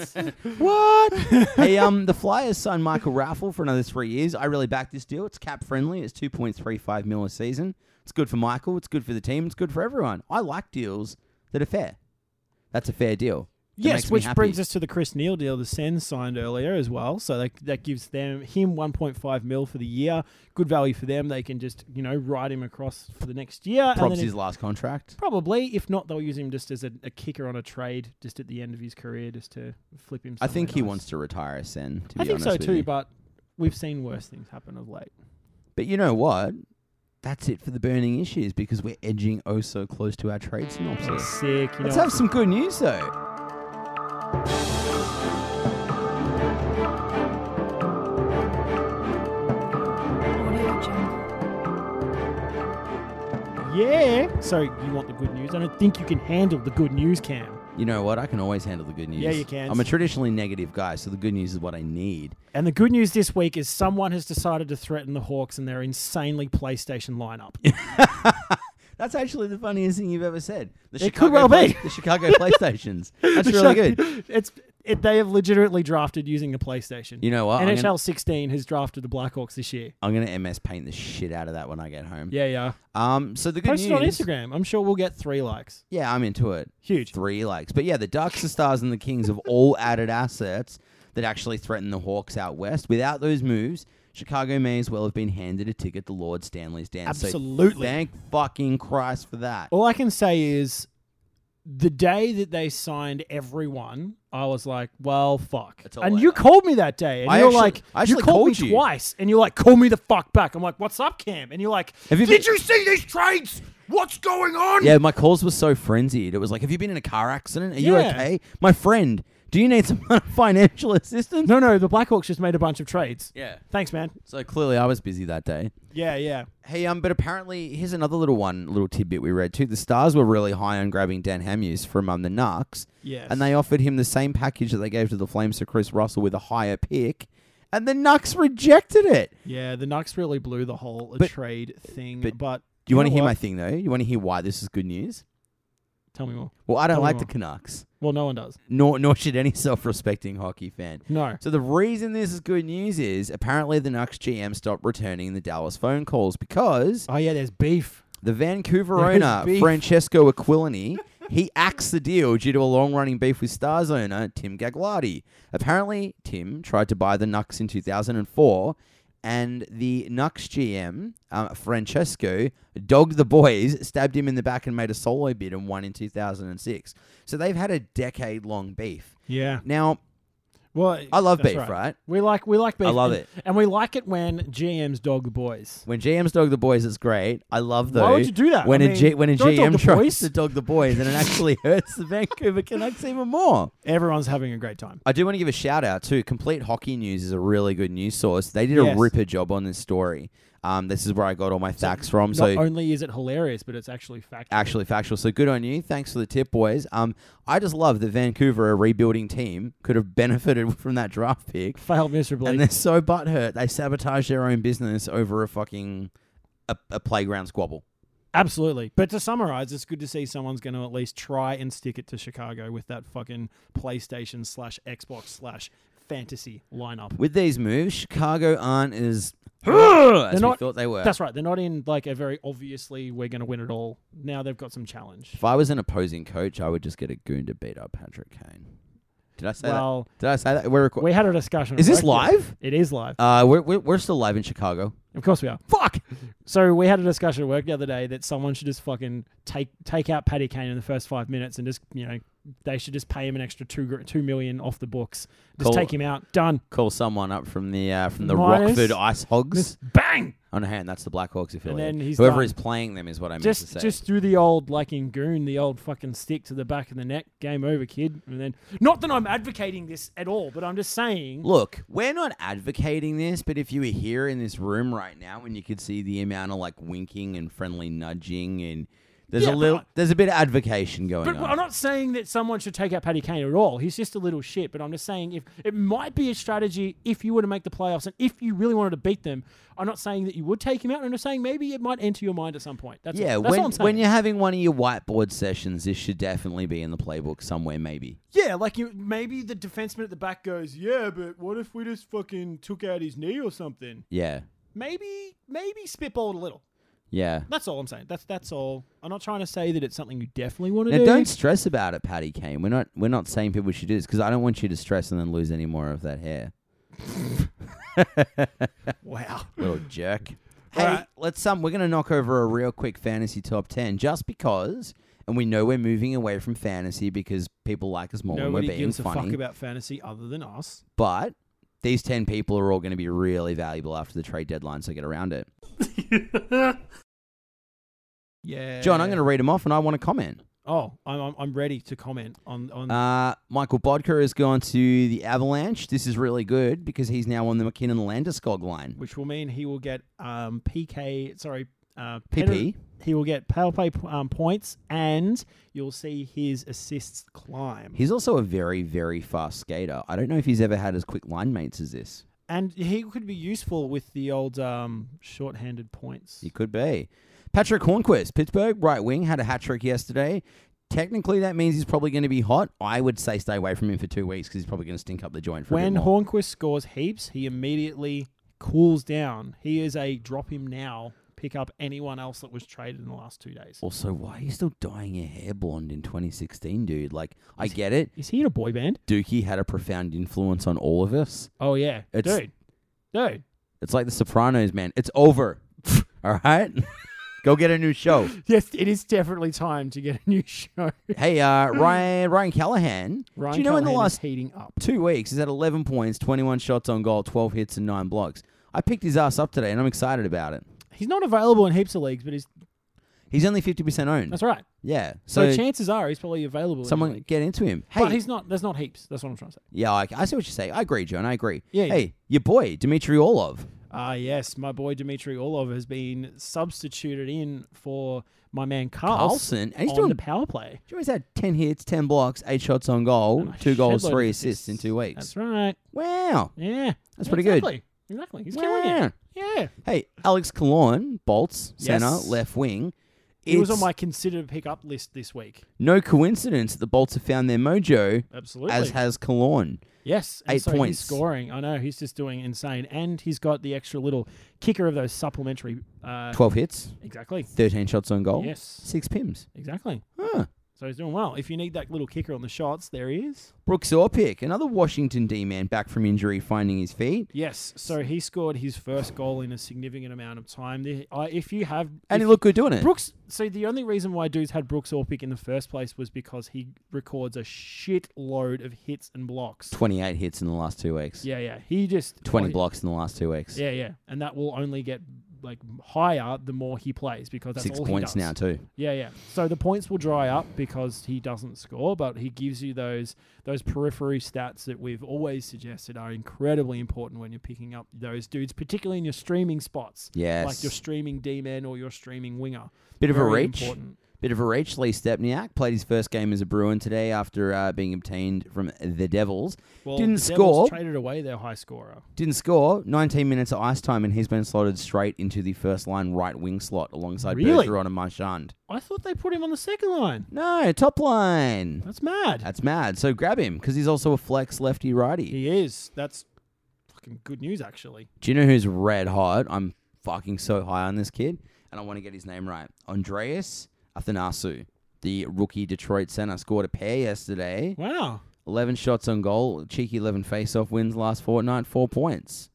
Speaker 2: What? (laughs) hey, um, the Flyers signed Michael Raffle for another three years. I really back this deal. It's cap friendly. It's two point three five mil a season. It's good for Michael. It's good for the team. It's good for everyone. I like deals that are fair. That's a fair deal. That makes
Speaker 1: Yes,
Speaker 2: me
Speaker 1: which
Speaker 2: happy.
Speaker 1: brings us to the Chris Neal deal the Sens signed earlier as well. So that, that gives them him 1.5 mil for the year. Good value for them. They can just you know ride him across for the next year. and
Speaker 2: Props
Speaker 1: then
Speaker 2: his
Speaker 1: if-
Speaker 2: last contract.
Speaker 1: probably if not, they'll use him just as a, a kicker on a trade, just at the end of his career, just to flip him.
Speaker 2: I think
Speaker 1: somewhere
Speaker 2: he
Speaker 1: nice.
Speaker 2: wants to retire as Sen. To
Speaker 1: I
Speaker 2: be
Speaker 1: think
Speaker 2: honest
Speaker 1: so
Speaker 2: with
Speaker 1: too,
Speaker 2: you.
Speaker 1: but we've seen worse things happen of late.
Speaker 2: But you know what? That's it for the burning issues because we're edging oh so close to our trade synopsis.
Speaker 1: Sick. You
Speaker 2: Let's
Speaker 1: know,
Speaker 2: have some good news though.
Speaker 3: Audio Jungle.
Speaker 1: yeah. So you want the good news? I don't think you can handle the good news, Cam.
Speaker 2: You know what? I can always handle the good news.
Speaker 1: Yeah, you can.
Speaker 2: I'm a traditionally negative guy, so the good news is what I need.
Speaker 1: And the good news this week is someone has decided to threaten the Hawks and their insanely PlayStation lineup.
Speaker 2: That's actually the funniest thing you've ever said. The
Speaker 1: It could well
Speaker 2: Play-
Speaker 1: be.
Speaker 2: the
Speaker 1: (laughs)
Speaker 2: Chicago PlayStations. (laughs) That's really good.
Speaker 1: It's it, they have legitimately drafted using the PlayStation.
Speaker 2: You know what? I'm
Speaker 1: NHL
Speaker 2: gonna,
Speaker 1: 16 has drafted the Blackhawks this year.
Speaker 2: I'm gonna MS paint the shit out of that when I get home.
Speaker 1: Yeah, yeah.
Speaker 2: Um. So the good
Speaker 1: Post
Speaker 2: news.
Speaker 1: it on Instagram. I'm sure we'll get three likes.
Speaker 2: Yeah, I'm into it.
Speaker 1: Huge.
Speaker 2: Three likes. But yeah, the Ducks, the Stars, and the Kings have all added assets that actually threaten the Hawks out west. Without those moves, Chicago may as well have been handed a ticket to Lord Stanley's dance. So
Speaker 1: Absolutely. Oh.
Speaker 2: thank fucking Christ for that.
Speaker 1: All I can say is the day that they signed everyone, I was like, well, fuck.
Speaker 2: It's all
Speaker 1: And you
Speaker 2: over.
Speaker 1: called me that day. And
Speaker 2: I
Speaker 1: you're
Speaker 2: actually-
Speaker 1: like,
Speaker 2: I
Speaker 1: you
Speaker 2: actually
Speaker 1: called,
Speaker 2: called
Speaker 1: me
Speaker 2: you.
Speaker 1: twice. And you're like, call me the fuck back. I'm like, what's up, Cam? And you're like,
Speaker 2: Have you
Speaker 1: did
Speaker 2: been-
Speaker 1: you see these trades? What's going on?
Speaker 2: Yeah, my calls were so frenzied. It was like, have you been in a car accident? Are you
Speaker 1: Yeah.
Speaker 2: okay? My friend, do you need some (laughs) financial assistance?
Speaker 1: No, no, the Blackhawks just made a bunch of trades.
Speaker 2: Yeah.
Speaker 1: Thanks, man.
Speaker 2: So clearly I was busy that day.
Speaker 1: Yeah, yeah.
Speaker 2: Hey, um, but apparently here's another little one, little tidbit we read too. The Stars were really high on grabbing Dan Hamhuis from um the Narcs,
Speaker 1: Yes.
Speaker 2: and they offered him the same package that they gave to the Flames to Chris Russell with a higher pick, and the Nucks rejected it.
Speaker 1: Yeah, the Knucks really blew the whole
Speaker 2: But-
Speaker 1: trade thing.
Speaker 2: but
Speaker 1: But,
Speaker 2: Do you want to
Speaker 1: know
Speaker 2: hear
Speaker 1: what?
Speaker 2: my thing though? You want to hear why this is good news?
Speaker 1: Tell me more.
Speaker 2: Well, I don't
Speaker 1: Tell me
Speaker 2: like the
Speaker 1: more.
Speaker 2: Canucks,
Speaker 1: Well, no one does.
Speaker 2: nor nor should any (laughs) self-respecting hockey fan.
Speaker 1: No.
Speaker 2: So the reason this is good news is apparently the Nucks GM stopped returning the Dallas phone calls because
Speaker 1: Oh yeah, there's beef.
Speaker 2: The Vancouver
Speaker 1: There is
Speaker 2: owner,
Speaker 1: beef.
Speaker 2: Francesco Aquilini, he axed the deal due to a long running beef with Stars owner Tim Gagliardi. Apparently, Tim tried to buy the Nucks in 2004, and the Nucks GM, uh, Francesco, dogged the boys, stabbed him in the back, and made a solo bid and won in 2006. So they've had a decade long beef.
Speaker 1: Yeah.
Speaker 2: Now,
Speaker 1: Well,
Speaker 2: I love
Speaker 1: that's
Speaker 2: beef, right?
Speaker 1: We like we like beef.
Speaker 2: I love
Speaker 1: and,
Speaker 2: it.
Speaker 1: and we like it when GMs dog the boys.
Speaker 2: When GMs dog the boys, it's great. I love though.
Speaker 1: Why would you do that?
Speaker 2: When
Speaker 1: I
Speaker 2: a
Speaker 1: mean,
Speaker 2: G- when a
Speaker 1: don't dog
Speaker 2: GM
Speaker 1: the
Speaker 2: tries
Speaker 1: boys.
Speaker 2: to dog the boys, and it actually (laughs) hurts the Vancouver Canucks even more.
Speaker 1: Everyone's having a great time.
Speaker 2: I do want to give a shout out to Complete Hockey News is a really good news source. They did a
Speaker 1: Yes.
Speaker 2: ripper job on this story. Um, this is where I got all my facts from. So
Speaker 1: Not only is it hilarious, but it's actually fact.
Speaker 2: actually factual. So good on you. Thanks for the tip, boys. Um, I just love that Vancouver, a rebuilding team, could have benefited (laughs) from that draft pick,
Speaker 1: failed miserably.
Speaker 2: and they're so butthurt they sabotage their own business over a fucking a, a playground squabble.
Speaker 1: Absolutely. But to summarize, it's good to see someone's going to at least try and stick it to Chicago with that fucking PlayStation slash Xbox slash fantasy lineup.
Speaker 2: With these moves, Chicago aren't as as we
Speaker 1: not-
Speaker 2: thought they were.
Speaker 1: That's right. They're not in like a very obviously we're going to win it all. Now they've got some challenge.
Speaker 2: If I was an opposing coach, I would just get a goon to beat up Patrick Kane. Did I say
Speaker 1: Well,
Speaker 2: that? Did I say that? We're reco-
Speaker 1: we had a discussion. at
Speaker 2: Is this
Speaker 1: work, yeah.
Speaker 2: live?
Speaker 1: It is live.
Speaker 2: Uh, we're, we're we're still live in Chicago.
Speaker 1: Of course we are.
Speaker 2: Fuck.
Speaker 1: So we had a discussion at work the other day that someone should just fucking take take out Paddy Kane in the first five minutes and just you know they should just pay him an extra two gr- two million off the books. Just
Speaker 2: Cool.
Speaker 1: take him out. Done.
Speaker 2: Call someone up from the uh, from the
Speaker 1: Minus-
Speaker 2: Rockford Ice Hogs.
Speaker 1: Bang.
Speaker 2: On hand, that's the Blackhawks affiliate.
Speaker 1: then he's
Speaker 2: Whoever
Speaker 1: done.
Speaker 2: is playing them is what I meant to
Speaker 1: Just
Speaker 2: say.
Speaker 1: just do the old like in goon the old fucking stick to the back of the neck. Game over, kid. And then not that I'm advocating this at all, but I'm just saying.
Speaker 2: Look, we're not advocating this, but if you were here in this room right now and you could see the amount of like winking and friendly nudging and there's
Speaker 1: Yeah,
Speaker 2: a
Speaker 1: but
Speaker 2: little
Speaker 1: I-
Speaker 2: there's a bit of advocation going
Speaker 1: But
Speaker 2: on.
Speaker 1: I'm not saying that someone should take out Paddy Kane at all. He's just a little shit. But I'm just saying if it might be a strategy if you were to make the playoffs and if you really wanted to beat them. I'm not saying that you would take him out. I'm just saying maybe it might enter your mind at some point. That's
Speaker 2: yeah,
Speaker 1: all. That's
Speaker 2: when
Speaker 1: all I'm saying.
Speaker 2: when you're having one of your whiteboard sessions, this should definitely be in the playbook somewhere maybe.
Speaker 1: yeah, like you maybe the defenseman at the back goes, yeah, but what if we just fucking took out his knee or something?
Speaker 2: Yeah.
Speaker 1: Maybe maybe spitball it a little.
Speaker 2: Yeah.
Speaker 1: That's all I'm saying. That's that's all. I'm not trying to say that it's something you definitely want to
Speaker 2: Now,
Speaker 1: do.
Speaker 2: don't stress about it, Patty Kane. We're not we're not saying people should do this because I don't want you to stress and then lose any more of that hair.
Speaker 1: (laughs) wow.
Speaker 2: Little jerk. Hey,
Speaker 1: Alright.
Speaker 2: let's um we're gonna knock over a real quick fantasy top ten just because and we know we're moving away from fantasy because people like us more when
Speaker 1: Nobody
Speaker 2: we're being
Speaker 1: gives a fuck
Speaker 2: funny.
Speaker 1: about fantasy other than us.
Speaker 2: but these ten people are all gonna be really valuable after the trade deadline, so get around it.
Speaker 1: Yeah.
Speaker 2: John, I'm gonna read them off and I want to comment.
Speaker 1: Oh, I'm, I'm, I'm ready to comment on on.
Speaker 2: Uh, Michael Bodker has gone to the Avalanche. This is really good because he's now on the McKinnon Landeskog line.
Speaker 1: which will mean he will get um PK. Sorry, uh,
Speaker 2: PP.
Speaker 1: penal- He will get power play p- um, points, and you'll see his assists climb.
Speaker 2: He's also a very, very fast skater. I don't know if he's ever had as quick line mates as this.
Speaker 1: and he could be useful with the old um shorthanded points.
Speaker 2: He could be. Patrick Hornquist, Pittsburgh right wing, had a hat trick yesterday. Technically, that means he's probably going to be hot. I would say stay away from him for two weeks because he's probably going to stink up the joint for a
Speaker 1: When
Speaker 2: bit more.
Speaker 1: Hornquist scores heaps, he immediately cools down. He is a drop him now. Pick up anyone else that was traded in the last two days.
Speaker 2: Also, why are you still dyeing your hair blonde in 2016, dude? Like, I get it.
Speaker 1: Is he in a boy band?
Speaker 2: Dookie had a profound influence on all of us.
Speaker 1: Oh yeah,
Speaker 2: It's-
Speaker 1: dude, dude.
Speaker 2: It's like The Sopranos, man. It's over. (laughs) All right? (laughs) Go get a
Speaker 1: (laughs)
Speaker 2: new show.
Speaker 1: Yes, it is definitely time to get a new (laughs) show.
Speaker 2: Hey, uh, Ryan Ryan Callahan.
Speaker 1: Ryan
Speaker 2: do you know in the
Speaker 1: Callahan is
Speaker 2: last
Speaker 1: heating up.
Speaker 2: two weeks he's had 11 points, 21 shots on goal, 12 hits, and nine blocks. I picked his ass up today, and I'm excited about it.
Speaker 1: He's not available in heaps of leagues, but he's
Speaker 2: He's only 50% owned.
Speaker 1: that's right.
Speaker 2: yeah. So,
Speaker 1: So, chances are he's probably available. in
Speaker 2: someone
Speaker 1: the league.
Speaker 2: get into him. Hey,
Speaker 1: but he's not. There's not heaps. That's what I'm trying to say.
Speaker 2: yeah, I, I see what you say. I agree, John. I agree.
Speaker 1: Yeah, yeah.
Speaker 2: Hey, your boy Dimitri Orlov.
Speaker 1: Ah, yes, my boy Dimitri Orlov has been substituted in for my man Carlson,
Speaker 2: Carlson, and he's
Speaker 1: Oh, on
Speaker 2: doing-
Speaker 1: the power play.
Speaker 2: Joey's had 10 hits, 10 blocks, 8 shots on goal,
Speaker 1: And a
Speaker 2: 2 goals,
Speaker 1: shedload of
Speaker 2: 3 assists in 2 weeks.
Speaker 1: That's right.
Speaker 2: Wow.
Speaker 1: Yeah,
Speaker 2: That's pretty good.
Speaker 1: exactly. good. Exactly. He's killing it. Yeah.
Speaker 2: Hey, Alex Kalorn, Bolts,
Speaker 1: Yes.
Speaker 2: center, left wing.
Speaker 1: He was on
Speaker 2: It's
Speaker 1: my consider to pick up list this week.
Speaker 2: no coincidence that the Bolts have found their mojo,
Speaker 1: Absolutely.
Speaker 2: as has Kalorn.
Speaker 1: yes. and
Speaker 2: eight
Speaker 1: so he's
Speaker 2: points.
Speaker 1: scoring. I know he's just doing insane, and he's got the extra little kicker of those supplementary. Uh,
Speaker 2: 12 hits,
Speaker 1: exactly.
Speaker 2: 13 shots on goal,
Speaker 1: Yes.
Speaker 2: 6 pims.
Speaker 1: Exactly.
Speaker 2: Huh.
Speaker 1: So he's doing well. If you need that little kicker on the shots, there he is.
Speaker 2: Brooks Orpik, another Washington D man back from injury, finding his feet.
Speaker 1: Yes. So he scored his first goal in a significant amount of time. The- I- if you have,
Speaker 2: And
Speaker 1: if-
Speaker 2: he looked good doing it.
Speaker 1: Brooks. See, the only reason why dudes had Brooks Orpik in the first place was because he records a shit load of hits and blocks.
Speaker 2: 28 hits in the last 2 weeks,
Speaker 1: Yeah, yeah. He just
Speaker 2: 20
Speaker 1: oh,
Speaker 2: blocks in the last 2 weeks.
Speaker 1: Yeah, yeah. And that will only get like higher the more he plays because that's
Speaker 2: 6
Speaker 1: all
Speaker 2: points
Speaker 1: he does.
Speaker 2: now, too.
Speaker 1: Yeah, yeah. So the points will dry up because he doesn't score, but he gives you those those periphery stats that we've always suggested are incredibly important when you're picking up those dudes, particularly in your streaming spots.
Speaker 2: Yes.
Speaker 1: Like your streaming D man or your streaming winger.
Speaker 2: Bit of a
Speaker 1: Very
Speaker 2: reach.
Speaker 1: important.
Speaker 2: Bit of a reach. Lee Stepniak played his first game as a Bruin today after uh, being obtained from the Devils.
Speaker 1: Well,
Speaker 2: Didn't
Speaker 1: the Devils
Speaker 2: score.
Speaker 1: traded away their high scorer.
Speaker 2: Didn't score. 19 minutes of ice time, and he's been slotted straight into the first line right wing slot alongside
Speaker 1: Really?
Speaker 2: Bergeron and Marchand.
Speaker 1: I thought they put him on the second line.
Speaker 2: No, top line.
Speaker 1: That's mad.
Speaker 2: That's mad. So grab him because he's also a flex lefty righty.
Speaker 1: he is. That's fucking good news actually.
Speaker 2: Do you know who's red hot? I'm fucking so high on this kid, and I want to get his name right. Andreas Athanasu, the rookie Detroit center, scored a pair yesterday.
Speaker 1: Wow.
Speaker 2: 11 shots on goal, cheeky 11 face-off wins last fortnight, four points.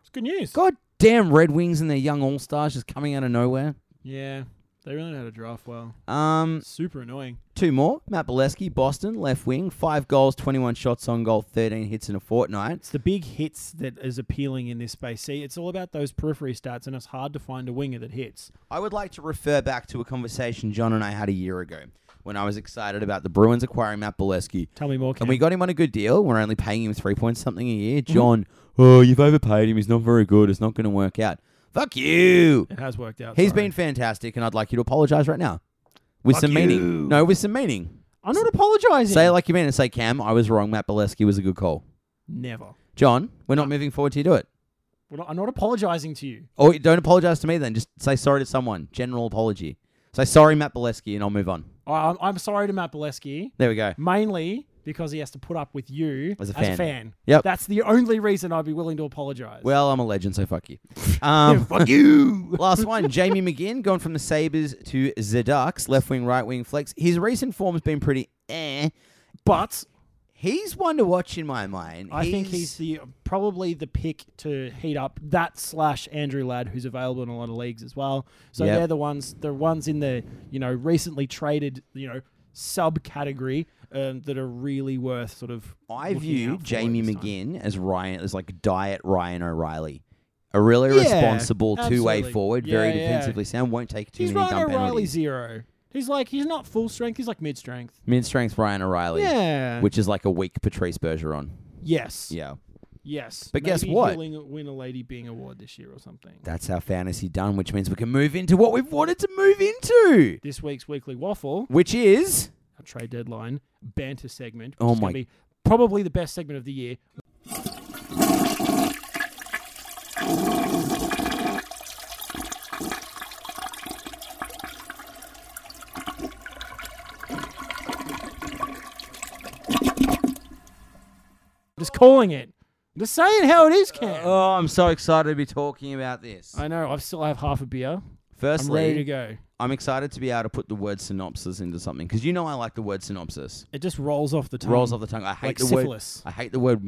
Speaker 1: It's good news.
Speaker 2: God damn Red Wings and their young all-stars just coming out of nowhere.
Speaker 1: Yeah, they really know how to draft well.
Speaker 2: Um,
Speaker 1: Super annoying.
Speaker 2: two more. Matt Bolesky, Boston, left wing, five goals, 21 shots on goal, 13 hits in a fortnight.
Speaker 1: It's the big hits that is appealing in this space. See, it's all about those periphery stats, and it's hard to find a winger that hits.
Speaker 2: I would like to refer back to a conversation John and I had a year ago when I was excited about the Bruins acquiring Matt Bolesky.
Speaker 1: Tell me more. Cam.
Speaker 2: And we got him on a good deal. We're only paying him three point something a year.
Speaker 1: Mm-hmm.
Speaker 2: John, oh, you've overpaid him. He's not very good. It's not going to work out. Fuck you.
Speaker 1: it has worked out.
Speaker 2: He's
Speaker 1: sorry.
Speaker 2: been fantastic, and I'd like you to apologize right now. With
Speaker 1: Fuck
Speaker 2: some
Speaker 1: you.
Speaker 2: meaning. No, with some meaning.
Speaker 1: I'm not apologizing.
Speaker 2: Say it like you mean it. Say, Cam, I was wrong. Matt Bolesky was a good call.
Speaker 1: never.
Speaker 2: John, we're
Speaker 1: Uh.
Speaker 2: not moving forward till you do it.
Speaker 1: We're not- I'm not apologizing to you.
Speaker 2: Oh, don't apologize to me then. Just say sorry to someone. General apology. Say sorry, Matt Bolesky, and I'll move on.
Speaker 1: I- I'm, I'm sorry to Matt Bolesky,
Speaker 2: There we go.
Speaker 1: mainly because he has to put up with you
Speaker 2: As a fan.
Speaker 1: Yep.
Speaker 2: Yep.
Speaker 1: That's the only reason I'd be willing to apologize.
Speaker 2: Well, I'm a legend, so
Speaker 1: (laughs)
Speaker 2: fuck you. Um, (laughs)
Speaker 1: fuck you.
Speaker 2: last one, Jamie McGinn, gone from the Sabres to the Ducks, left wing, right wing, flex. His recent form's been pretty eh.
Speaker 1: But
Speaker 2: He's one to watch in my mind.
Speaker 1: I think he's the probably the pick to heat up that slash Andrew Ladd, who's available in a lot of leagues as well. So
Speaker 2: Yep.
Speaker 1: they're the ones, the ones in the you know recently traded you know subcategory um, that are really worth sort of.
Speaker 2: I
Speaker 1: looking
Speaker 2: view
Speaker 1: out for
Speaker 2: Jamie
Speaker 1: at this time.
Speaker 2: McGinn as Ryan as like diet Ryan O'Reilly. A really
Speaker 1: Yeah,
Speaker 2: responsible two way
Speaker 1: absolutely.
Speaker 2: forward,
Speaker 1: Yeah,
Speaker 2: very
Speaker 1: yeah.
Speaker 2: defensively sound, won't take too
Speaker 1: He's
Speaker 2: many
Speaker 1: Ryan
Speaker 2: dumb
Speaker 1: O'Reilly
Speaker 2: penalties.
Speaker 1: zero. He's like he's not full strength. He's like mid strength.
Speaker 2: Mid strength Ryan O'Reilly.
Speaker 1: Yeah.
Speaker 2: Which is like a weak Patrice Bergeron.
Speaker 1: yes.
Speaker 2: Yeah.
Speaker 1: Yes.
Speaker 2: But guess
Speaker 1: Maybe
Speaker 2: what?
Speaker 1: he'll win- win a Lady Bing award this year or something.
Speaker 2: That's our fantasy done, which means we can move into what we've wanted to move into.
Speaker 1: This week's weekly waffle.
Speaker 2: Which is
Speaker 1: our trade deadline banter segment. Which
Speaker 2: Oh
Speaker 1: is gonna
Speaker 2: my-
Speaker 1: Be probably the best segment of the year. Just calling it. Just saying how it is, Cam.
Speaker 2: Oh, I'm so excited to be talking about this.
Speaker 1: Uh, I know. I still have half a beer. I'm ready to
Speaker 2: Firstly,
Speaker 1: go.
Speaker 2: I'm excited to be able to put the word synopsis into something because you know I like the word synopsis.
Speaker 1: It just rolls off the tongue.
Speaker 2: Rolls off the tongue. I hate
Speaker 1: Like
Speaker 2: the
Speaker 1: syphilis.
Speaker 2: word. I hate the word.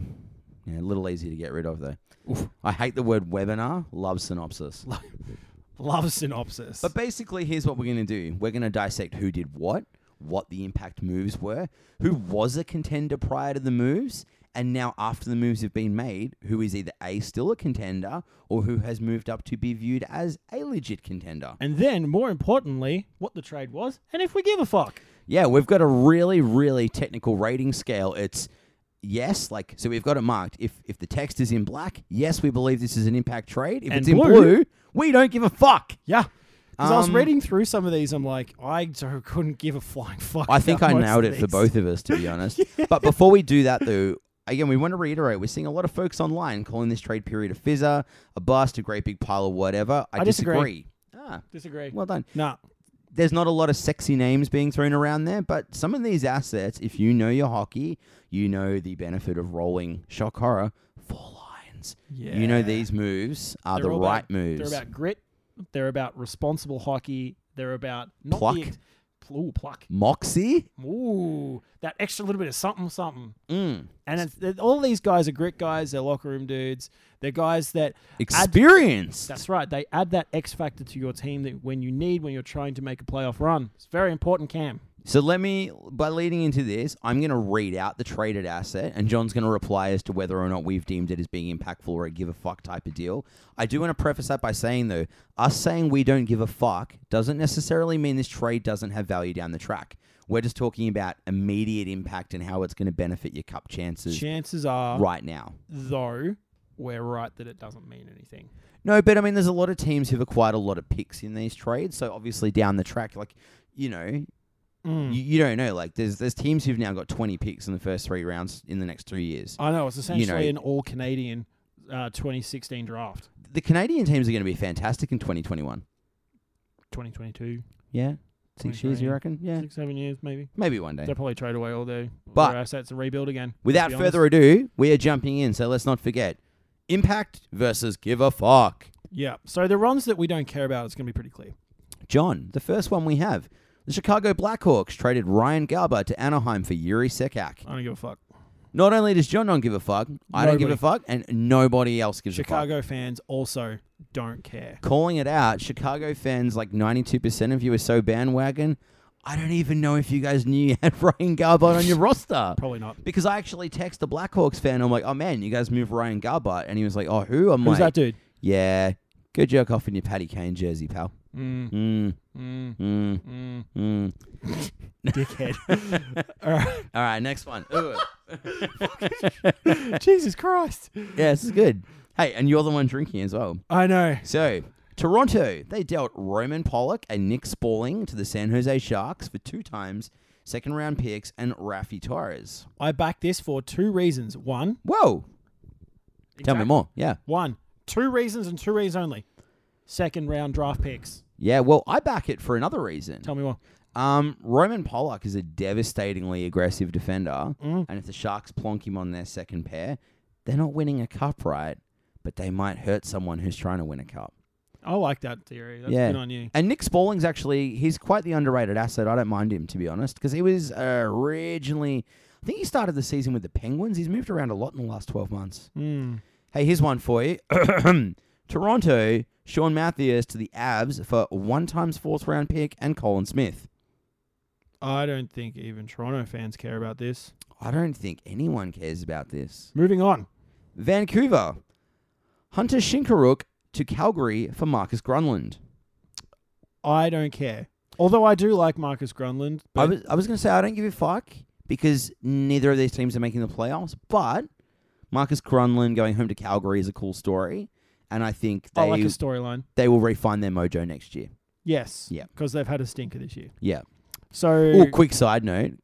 Speaker 2: Yeah, a little easy to get rid of though. I hate the word webinar. Love synopsis.
Speaker 1: Love synopsis.
Speaker 2: But basically, here's what we're going to do we're going to dissect who did what, what the impact moves were, who was a contender prior to the moves, and now after the moves have been made, who is either A, still a contender, or who has moved up to be viewed as a legit contender.
Speaker 1: and then, more importantly, what the trade was and if we give a fuck.
Speaker 2: Yeah, we've got a really, really technical rating scale. It's yes, like so we've got it marked. If if the text is in black, yes, we believe this is an impact trade. If
Speaker 1: And
Speaker 2: it's in
Speaker 1: blue-
Speaker 2: blue, we don't give a fuck.
Speaker 1: Yeah. Because I was
Speaker 2: Um,
Speaker 1: reading through some of these, I'm like, I so couldn't give a flying fuck.
Speaker 2: I think
Speaker 1: about
Speaker 2: I
Speaker 1: most
Speaker 2: nailed
Speaker 1: of
Speaker 2: it for
Speaker 1: these.
Speaker 2: both of us, to
Speaker 1: (laughs)
Speaker 2: be honest. But before we do that, though, again, we want to reiterate we're seeing a lot of folks online calling this trade period a fizzer, a bust, a great big pile of whatever. I,
Speaker 1: I disagree.
Speaker 2: Ah,
Speaker 1: Disagree.
Speaker 2: well done.
Speaker 1: nah.
Speaker 2: There's not a lot of sexy names being thrown around there, but some of these assets, if you know your hockey, you know the benefit of rolling shock horror four lines. You know
Speaker 1: Yeah.
Speaker 2: these moves are
Speaker 1: They're
Speaker 2: the
Speaker 1: all
Speaker 2: right
Speaker 1: about,
Speaker 2: moves.
Speaker 1: They're about grit. They're about responsible hockey. They're about not
Speaker 2: Pluck. Mm.
Speaker 1: The ex- pl- ooh, pluck.
Speaker 2: Moxie?
Speaker 1: Ooh, that extra little bit of something, something.
Speaker 2: Mm.
Speaker 1: And it's, that- all these guys are grit guys. They're locker room dudes. They're guys that add.
Speaker 2: Experience.
Speaker 1: That's right. They add that X factor to your team that when you need when you're trying to make a playoff run. It's very important, Cam.
Speaker 2: So let me, by leading into this, I'm going to read out the traded asset, and John's going to reply as to whether or not we've deemed it as being impactful or a give a fuck type of deal. I do want to preface that by saying, though, us saying we don't give a fuck doesn't necessarily mean this trade doesn't have value down the track. We're just talking about immediate impact and how it's going to benefit your cup chances
Speaker 1: Chances are,
Speaker 2: right now.
Speaker 1: though, we're right that it doesn't mean anything.
Speaker 2: No, but I mean, there's a lot of teams who've acquired a lot of picks in these trades. So obviously, down the track, like, you know,
Speaker 1: Mm.
Speaker 2: you, you don't know. Like there's there's teams who've now got 20 picks in the first three rounds in the next two years.
Speaker 1: I know. It's essentially
Speaker 2: know-
Speaker 1: an all Canadian uh, 2016 draft,
Speaker 2: The Canadian teams are going to be fantastic in 2021.
Speaker 1: 2022,
Speaker 2: Yeah, six years you reckon? Yeah,
Speaker 1: six, seven years maybe.
Speaker 2: maybe one day.
Speaker 1: They'll probably trade away all their,
Speaker 2: But-
Speaker 1: their assets and rebuild again. let's
Speaker 2: Without
Speaker 1: be
Speaker 2: further
Speaker 1: honest.
Speaker 2: ado, we are jumping in. So let's not forget, impact versus give a fuck.
Speaker 1: yeah. So the runs that we don't care about, it's going to be pretty clear.
Speaker 2: John, the first one we have. The Chicago Blackhawks traded Ryan Garber to Anaheim for Yuri Sekak.
Speaker 1: I don't give a fuck.
Speaker 2: Not only does John not give a fuck, I don't give a
Speaker 1: Nobody.
Speaker 2: fuck, and nobody else gives a fuck.
Speaker 1: Chicago fans also don't care.
Speaker 2: calling it out. Chicago fans, like 92% of you are so bandwagon. I don't even know if you guys knew you had (laughs) Ryan Garbart on your roster.
Speaker 1: Probably not.
Speaker 2: Because I actually text the Blackhawks fan. I'm like, oh man, you guys moved Ryan Garbart. And he was like, oh, who? I'm
Speaker 1: Who's
Speaker 2: like,
Speaker 1: that dude?
Speaker 2: yeah, go jerk off in your Paddy Kane jersey, pal.
Speaker 1: Mm,
Speaker 2: Mm,
Speaker 1: mm,
Speaker 2: mm,
Speaker 1: mm.
Speaker 2: mm. (laughs)
Speaker 1: Dickhead. (laughs) all right.
Speaker 2: All right, next one. (laughs) Ugh.
Speaker 1: Jesus Christ.
Speaker 2: yeah, this is good. Hey, and you're the one drinking as well.
Speaker 1: I know.
Speaker 2: So, Toronto, they dealt Roman Pollock and Nick Spaulding to the San Jose Sharks for two times second round picks and Rafi Torres.
Speaker 1: I back this for two reasons. One,
Speaker 2: Whoa. Tell me
Speaker 1: Exact-
Speaker 2: more. Yeah.
Speaker 1: One, two reasons and two reasons only. Second round draft picks.
Speaker 2: Yeah, well, I back it for another reason.
Speaker 1: Tell me more.
Speaker 2: Um, Roman Pollock is a devastatingly aggressive defender, and if the Sharks plonk him on their second pair, they're not winning a cup, right? But they might hurt someone who's trying to win a cup.
Speaker 1: I like that theory. That's
Speaker 2: Yeah.
Speaker 1: good on you.
Speaker 2: And Nick Spaulding's actually he's quite the underrated asset. I don't mind him to be honest because he was originally I think he started the season with the Penguins. He's moved around a lot in the last 12 months.
Speaker 1: Mm.
Speaker 2: Hey, here's one for you. (coughs) Toronto, Sean Matthews to the Avs for one times fourth round pick and Colin Smith.
Speaker 1: I don't think even Toronto fans care about this.
Speaker 2: I don't think anyone cares about this.
Speaker 1: Moving on.
Speaker 2: Vancouver, Hunter Shinkaruk to Calgary for Marcus Grunland.
Speaker 1: I don't care. Although I do like Marcus Grunland,
Speaker 2: I
Speaker 1: but
Speaker 2: was I was gonna say I don't give a fuck because neither of these teams are making the playoffs. But Marcus Crunlin going home to Calgary is a cool story, and I think they
Speaker 1: I like a storyline.
Speaker 2: they will refine their mojo next year.
Speaker 1: Yes.
Speaker 2: Yeah.
Speaker 1: Because they've had a stinker this year.
Speaker 2: Yeah.
Speaker 1: So
Speaker 2: Oh, quick side note: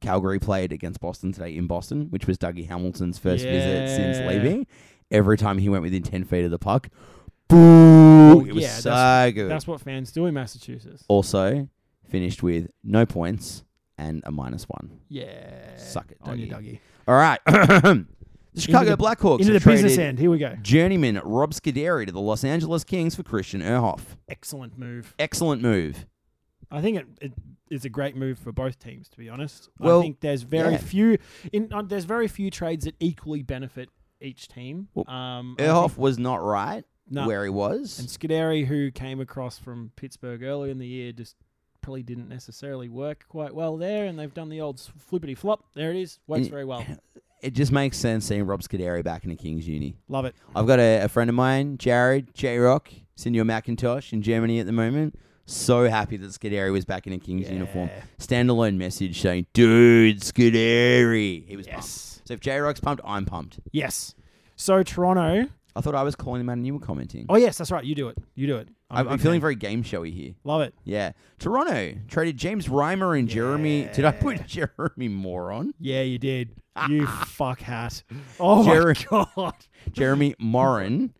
Speaker 2: Calgary played against Boston today in Boston, which was Dougie Hamilton's first visit since
Speaker 1: Yeah.
Speaker 2: leaving. Every time he went within ten feet of the puck, boo! It was
Speaker 1: Oh, yeah,
Speaker 2: so good.
Speaker 1: that's what fans do in Massachusetts.
Speaker 2: Oh. also finished with no points and a minus one.
Speaker 1: Yeah.
Speaker 2: Suck it,
Speaker 1: On your Dougie.
Speaker 2: Dougie. All right.
Speaker 1: (coughs)
Speaker 2: the
Speaker 1: the-
Speaker 2: Chicago Blackhawks
Speaker 1: Into the
Speaker 2: have
Speaker 1: business
Speaker 2: traded
Speaker 1: end. Here we go.
Speaker 2: journeyman Rob Scuderi to the Los Angeles Kings for Christian Erhoff.
Speaker 1: Excellent move.
Speaker 2: Excellent move.
Speaker 1: I think it, it is a great move for both teams. To be honest,
Speaker 2: Well,
Speaker 1: I think there's very
Speaker 2: yeah.
Speaker 1: few in uh, there's very few trades that equally benefit each team.
Speaker 2: Well,
Speaker 1: Um, I
Speaker 2: Erhoff
Speaker 1: think-
Speaker 2: was not right
Speaker 1: No.
Speaker 2: where he was.
Speaker 1: and Scuderi, who came across from Pittsburgh earlier in the year, just probably didn't necessarily work quite well there. And they've done the old flippity flop. There it is. Works
Speaker 2: And-
Speaker 1: very well.
Speaker 2: It just makes sense seeing Rob Scuderi back in the Kings uni.
Speaker 1: (laughs) Love it.
Speaker 2: I've got a, a friend of mine, Jared J Rock, Senior Macintosh in Germany at the moment. So happy that Scuderi was back in a Kings uniform.
Speaker 1: Yeah.
Speaker 2: Standalone message saying, "Dude, Scuderi." He was
Speaker 1: Yes.
Speaker 2: pumped. So if J Rock's pumped, I'm pumped.
Speaker 1: Yes. So Toronto.
Speaker 2: I thought I was calling him out and you were commenting.
Speaker 1: Oh yes, that's right. You do it. You do it.
Speaker 2: I'm,
Speaker 1: a
Speaker 2: I'm
Speaker 1: big
Speaker 2: feeling
Speaker 1: fan.
Speaker 2: very game showy here.
Speaker 1: Love it.
Speaker 2: Yeah, Toronto traded James Reimer and Jeremy. Did I put Jeremy Moron?
Speaker 1: Yeah, you did.
Speaker 2: (laughs)
Speaker 1: You fuck hat. Oh
Speaker 2: Jerry-
Speaker 1: my god.
Speaker 2: Jeremy
Speaker 1: (laughs)
Speaker 2: Morin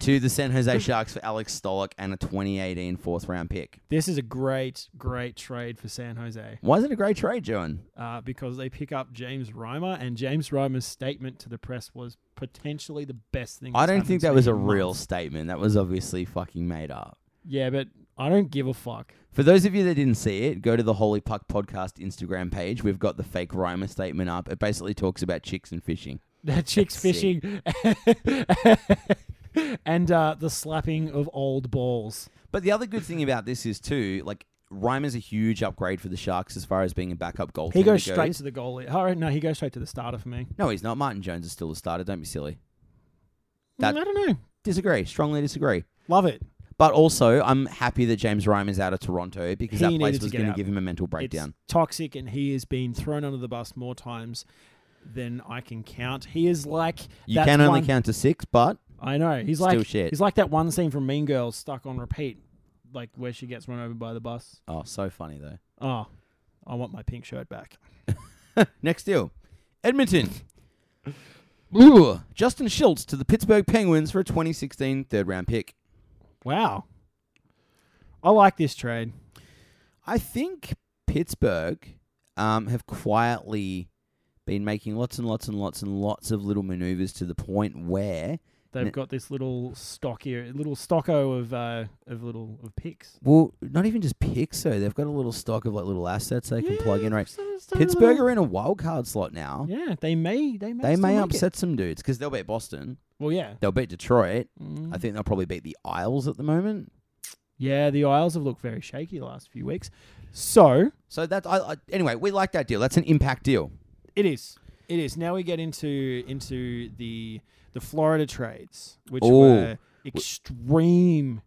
Speaker 2: to the San Jose Sharks for Alex Stolock and a 2018 fourth round pick.
Speaker 1: This is a great, great trade for San Jose
Speaker 2: Why is it a great trade, John?
Speaker 1: uh, because they pick up James Reimer, and James Reimer's statement to the press was potentially the best thing.
Speaker 2: I
Speaker 1: that's
Speaker 2: don't
Speaker 1: happened
Speaker 2: think
Speaker 1: to
Speaker 2: that
Speaker 1: me
Speaker 2: was a
Speaker 1: in
Speaker 2: real
Speaker 1: months.
Speaker 2: statement. That was obviously fucking made up.
Speaker 1: Yeah, but I don't give a fuck. (laughs)
Speaker 2: For those of you that didn't see it, go to the Holy Puck podcast Instagram page. We've got the fake Reimer statement up. It basically talks about chicks and fishing.
Speaker 1: That chick's
Speaker 2: That's sick.
Speaker 1: fishing, (laughs) and uh, the slapping of old balls.
Speaker 2: But the other good thing about this is too, like Reimer's a huge upgrade for the Sharks as far as being a backup goalkeeper.
Speaker 1: He goes straight to the goalie. Oh no, he goes straight to the starter for me.
Speaker 2: No, he's not. Martin Jones is still a starter. Don't be silly.
Speaker 1: Mm,
Speaker 2: That-
Speaker 1: I don't know.
Speaker 2: Disagree. Strongly disagree.
Speaker 1: Love it.
Speaker 2: But also, I'm happy that James Reimer's out of Toronto because
Speaker 1: He
Speaker 2: that place
Speaker 1: needed to
Speaker 2: was
Speaker 1: get
Speaker 2: going to
Speaker 1: out.
Speaker 2: give him a mental breakdown.
Speaker 1: It's toxic, and he has been thrown under the bus more times than I can count. He is like
Speaker 2: You
Speaker 1: that
Speaker 2: can only
Speaker 1: one-
Speaker 2: count to six, but
Speaker 1: I know he's
Speaker 2: Still
Speaker 1: like
Speaker 2: shit.
Speaker 1: he's like that one scene from Mean Girls stuck on repeat, like where she gets run over by the bus.
Speaker 2: oh, so funny though.
Speaker 1: Oh, I want my pink shirt back.
Speaker 2: Next deal, Edmonton. Ooh, Justin Schultz to the Pittsburgh Penguins for a 2016 third round pick.
Speaker 1: Wow, I like this trade.
Speaker 2: I think Pittsburgh um, have quietly been making lots and lots and lots and lots of little maneuvers to the point where,
Speaker 1: They've
Speaker 2: N-
Speaker 1: got this little stock here, little stocko of uh, of little of picks.
Speaker 2: well, not even just picks though. They've got a little stock of like little assets they can plug in.
Speaker 1: Yeah,
Speaker 2: Right,
Speaker 1: so- so
Speaker 2: Pittsburgh
Speaker 1: little-
Speaker 2: are in a wild card slot now.
Speaker 1: Yeah, they may they may
Speaker 2: They
Speaker 1: still
Speaker 2: may
Speaker 1: make it.
Speaker 2: upset some dudes because they'll beat Boston.
Speaker 1: Well, yeah,
Speaker 2: They'll beat Detroit.
Speaker 1: Mm.
Speaker 2: I think they'll probably beat the Isles at the moment.
Speaker 1: Yeah, the Isles have looked very shaky the last few weeks. So
Speaker 2: So that's I, I, anyway. We like that deal. That's an impact deal.
Speaker 1: it is. It is. Now we get into into the the Florida trades, which
Speaker 2: Ooh.
Speaker 1: were extreme.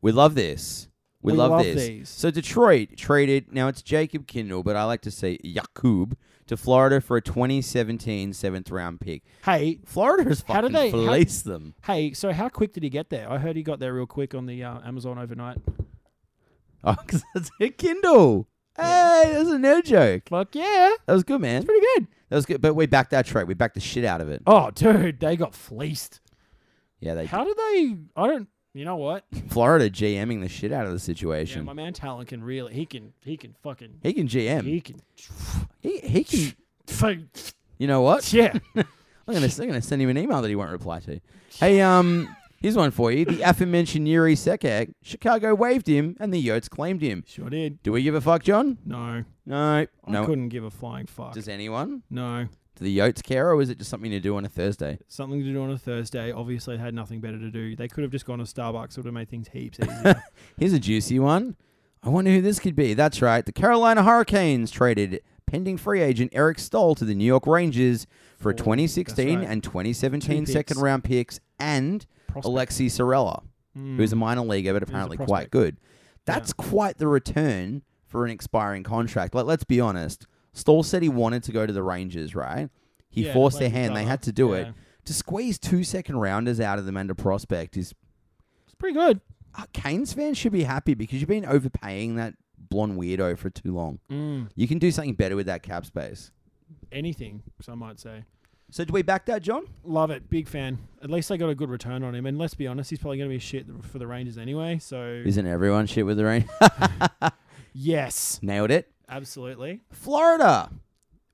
Speaker 2: We love this. We,
Speaker 1: We
Speaker 2: love,
Speaker 1: love
Speaker 2: this.
Speaker 1: these.
Speaker 2: So Detroit traded. Now it's Jacob Kindle, but I like to say Yakub to Florida for a 2017 seventh round pick.
Speaker 1: Hey,
Speaker 2: Florida has
Speaker 1: How did they-
Speaker 2: fucking
Speaker 1: how-
Speaker 2: fleeced them.
Speaker 1: hey. So how quick did he get there? I heard he got there real quick on the uh, Amazon overnight.
Speaker 2: Oh, (laughs) 'cause that's a Kindle. Hey, that's a nerd joke.
Speaker 1: Fuck yeah,
Speaker 2: That was good, man.
Speaker 1: pretty good.
Speaker 2: That was good. But we backed that trade. We backed the shit out of it.
Speaker 1: Oh, dude, they got fleeced.
Speaker 2: Yeah, they
Speaker 1: How did they? I don't. You know what?
Speaker 2: Florida GMing the shit out of the
Speaker 1: Yeah,
Speaker 2: situation.
Speaker 1: my man Talon can really. He can. He can fucking.
Speaker 2: he can GM.
Speaker 1: He can.
Speaker 2: He, he can.
Speaker 1: fuck-
Speaker 2: You know what?
Speaker 1: Yeah.
Speaker 2: I'm gonna I'm gonna send him an email that he won't reply to. Hey, um, here's one for you. The aforementioned Yuri Sekek, Chicago waived him, and the Yotes claimed him.
Speaker 1: (laughs) Sure did.
Speaker 2: Do we give a fuck, John?
Speaker 1: No,
Speaker 2: No,
Speaker 1: I
Speaker 2: no.
Speaker 1: couldn't give a flying fuck.
Speaker 2: Does anyone?
Speaker 1: no.
Speaker 2: Do the Yotes care, or is it just something to do on a Thursday?
Speaker 1: something to do on a Thursday. Obviously, had nothing better to do. They could have just gone to Starbucks. It would have made things heaps
Speaker 2: (laughs)
Speaker 1: easier.
Speaker 2: Here's a juicy one. I wonder who this could be. That's right. The Carolina Hurricanes traded pending free agent Eric Stoll to the New York Rangers for a
Speaker 1: Four.
Speaker 2: 2016
Speaker 1: That's right.
Speaker 2: and
Speaker 1: Two
Speaker 2: 2017
Speaker 1: picks.
Speaker 2: second round picks and
Speaker 1: Prospect.
Speaker 2: Alexi Sorella,
Speaker 1: Mm.
Speaker 2: who's a minor leaguer but apparently quite
Speaker 1: prospect.
Speaker 2: good. That's quite the return for an expiring contract. Like, let's be honest. Stoll said he wanted to go to the Rangers, right? He
Speaker 1: Yeah,
Speaker 2: forced
Speaker 1: play
Speaker 2: their
Speaker 1: for
Speaker 2: hand. They
Speaker 1: Dubba.
Speaker 2: had to do it.
Speaker 1: Yeah.
Speaker 2: To squeeze two second rounders out of them and a prospect is
Speaker 1: It's pretty good.
Speaker 2: uh, Canes fans should be happy because you've been overpaying that blonde weirdo for too long. You can do something better with that cap space.
Speaker 1: Anything, some might say.
Speaker 2: So do we back that, John?
Speaker 1: Love it. Big fan. At least they got a good return on him. And let's be honest, he's probably going to be shit for the Rangers anyway. So,
Speaker 2: Isn't everyone shit with the rain?
Speaker 1: yes,
Speaker 2: (laughs) Nailed it.
Speaker 1: absolutely.
Speaker 2: Florida.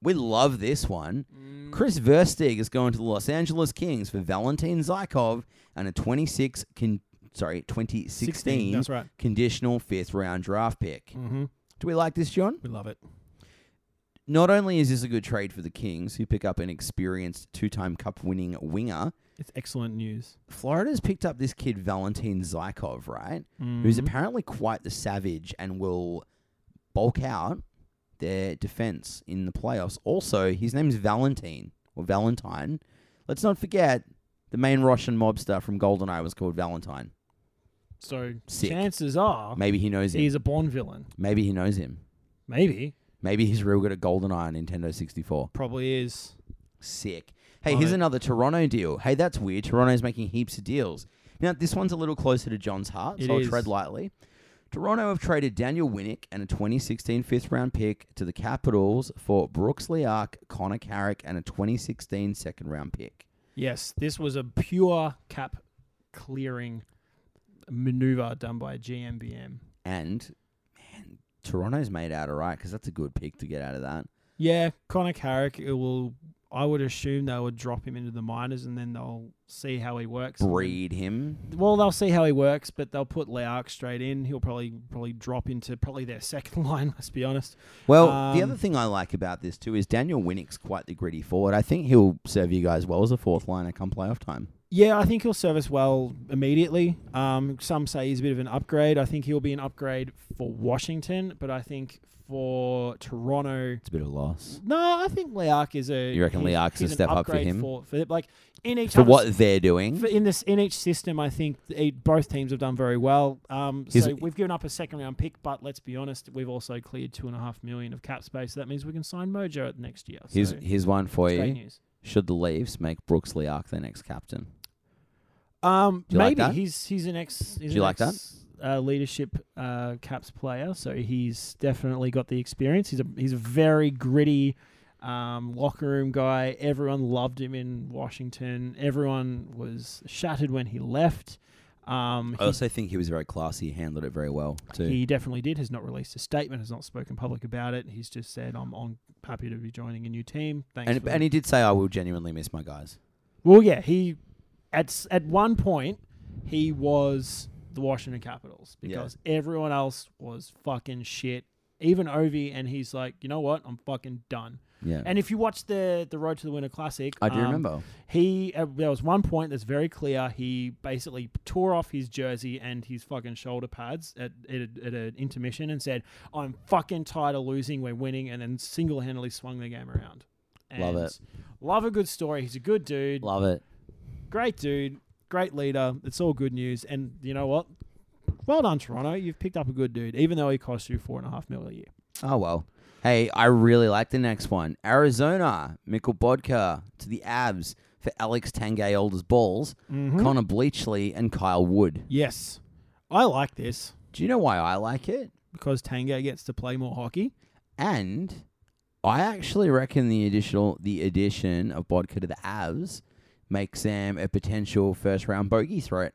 Speaker 2: We love this one. Chris Verstig is going to the Los Angeles Kings for Valentin Zykov and a 26 con- sorry, 2016
Speaker 1: That's right.
Speaker 2: conditional fifth round draft pick.
Speaker 1: Mm-hmm.
Speaker 2: Do we like this, John?
Speaker 1: We love it.
Speaker 2: not only is this a good trade for the Kings, who pick up an experienced two-time Cup-winning winger,
Speaker 1: It's excellent news.
Speaker 2: Florida's picked up this kid Valentin Zykov, right? Who's
Speaker 1: Mhm.
Speaker 2: apparently quite the savage and will bulk out their defense in the playoffs. Also, his name's Valentine or Valentine. Let's not forget the main Russian mobster from GoldenEye was called Valentine.
Speaker 1: So
Speaker 2: Sick.
Speaker 1: chances are
Speaker 2: Maybe he knows him.
Speaker 1: he's a Bond villain.
Speaker 2: Maybe he knows him.
Speaker 1: Maybe.
Speaker 2: Maybe he's real good at GoldenEye and Nintendo 64.
Speaker 1: Probably is.
Speaker 2: Sick. Hey,
Speaker 1: Love
Speaker 2: here's
Speaker 1: it.
Speaker 2: another Toronto deal. Hey, that's weird. Toronto's making heaps of deals. Now, this one's a little closer to John's heart,
Speaker 1: It
Speaker 2: so
Speaker 1: is.
Speaker 2: I'll tread lightly. Toronto have traded Daniel Winnick and a 2016 fifth round pick to the Capitals for Brooks Liark, Connor Carrick, and a 2016 second round pick.
Speaker 1: Yes, this was a pure cap clearing maneuver done by GMBM.
Speaker 2: And, man, Toronto's made out all right because that's a good pick to get out of that.
Speaker 1: Yeah, Connor Carrick. It will. I would assume they would drop him into the minors, and then they'll see how he works. and then-
Speaker 2: Breed him.
Speaker 1: Well, they'll see how he works, but they'll put Leark straight in. He'll probably probably drop into probably their (laughs) second line. Let's be honest.
Speaker 2: Well, the
Speaker 1: Um,
Speaker 2: other thing I like about this too is Daniel Winnick's quite the gritty forward. I think he'll serve you guys well as a fourth liner come playoff time.
Speaker 1: Yeah, I think he'll service well immediately. Um, some say he's a bit of an upgrade. I think he'll be an upgrade for Washington, but I think for Toronto,
Speaker 2: It's a bit of a loss
Speaker 1: no, I think Leark is a.
Speaker 2: You reckon
Speaker 1: he's-
Speaker 2: Leark's a
Speaker 1: he's an
Speaker 2: step up for
Speaker 1: upgrade
Speaker 2: him?
Speaker 1: For, for like in each
Speaker 2: for
Speaker 1: other's-
Speaker 2: what they're doing.
Speaker 1: for in this in each system, I think e- both teams have done very well. Um,
Speaker 2: Here's
Speaker 1: so
Speaker 2: a-
Speaker 1: we've given up a second round pick, but let's be honest, we've also cleared two and a half million of cap space. So that means we can sign Mojo at next year. So
Speaker 2: Here's here's one for
Speaker 1: it's
Speaker 2: you.
Speaker 1: great news.
Speaker 2: Should the Leafs make Brooks Leark their next captain?
Speaker 1: Um,
Speaker 2: Do you like
Speaker 1: maybe
Speaker 2: that?
Speaker 1: he's he's an ex. He's
Speaker 2: Do you
Speaker 1: an
Speaker 2: like that?
Speaker 1: ex, Uh, leadership uh, caps player, so he's definitely got the experience. He's a he's a very gritty um, locker room guy. Everyone loved him in Washington. Everyone was shattered when he left. Um,
Speaker 2: I
Speaker 1: he
Speaker 2: also think he was very classy. He handled it very well too.
Speaker 1: He definitely did. Has not released a statement. Has not spoken public about it. He's just said, "I'm on happy to be joining a new team." Thanks.
Speaker 2: and
Speaker 1: for
Speaker 2: and he did say, "I will genuinely miss my guys."
Speaker 1: well, yeah, he at s- at one point he was the Washington Capitals
Speaker 2: Yeah.
Speaker 1: because everyone else was fucking shit. Even Ovi, and he's like, you know what? I'm fucking done.
Speaker 2: Yeah,
Speaker 1: And if you watch the the Road to the Winter Classic,
Speaker 2: I do
Speaker 1: um,
Speaker 2: remember.
Speaker 1: He uh, there was one point that's very clear. He basically tore off his jersey and his fucking shoulder pads at at, a- at an intermission and said, "I'm fucking tired of losing. We're winning," and then single handedly swung the game around. And
Speaker 2: Love it.
Speaker 1: Love a good story. He's a good dude.
Speaker 2: Love it.
Speaker 1: Great dude. Great leader. It's all good news. And you know what? Well done, Toronto. You've picked up a good dude, even though he cost you four and a half mil a year.
Speaker 2: Oh well. Hey, I really like the next one. Arizona, Mikkel Bodker to the abs for Alex Tangay Olders Balls,
Speaker 1: Hmm?
Speaker 2: Connor Bleachley, and Kyle Wood.
Speaker 1: Yes, I like this
Speaker 2: Do you know why I like it?
Speaker 1: because Tango gets to play more hockey.
Speaker 2: And I actually reckon the additional the addition of Bodker to the abs makes Sam a potential first round bogey threat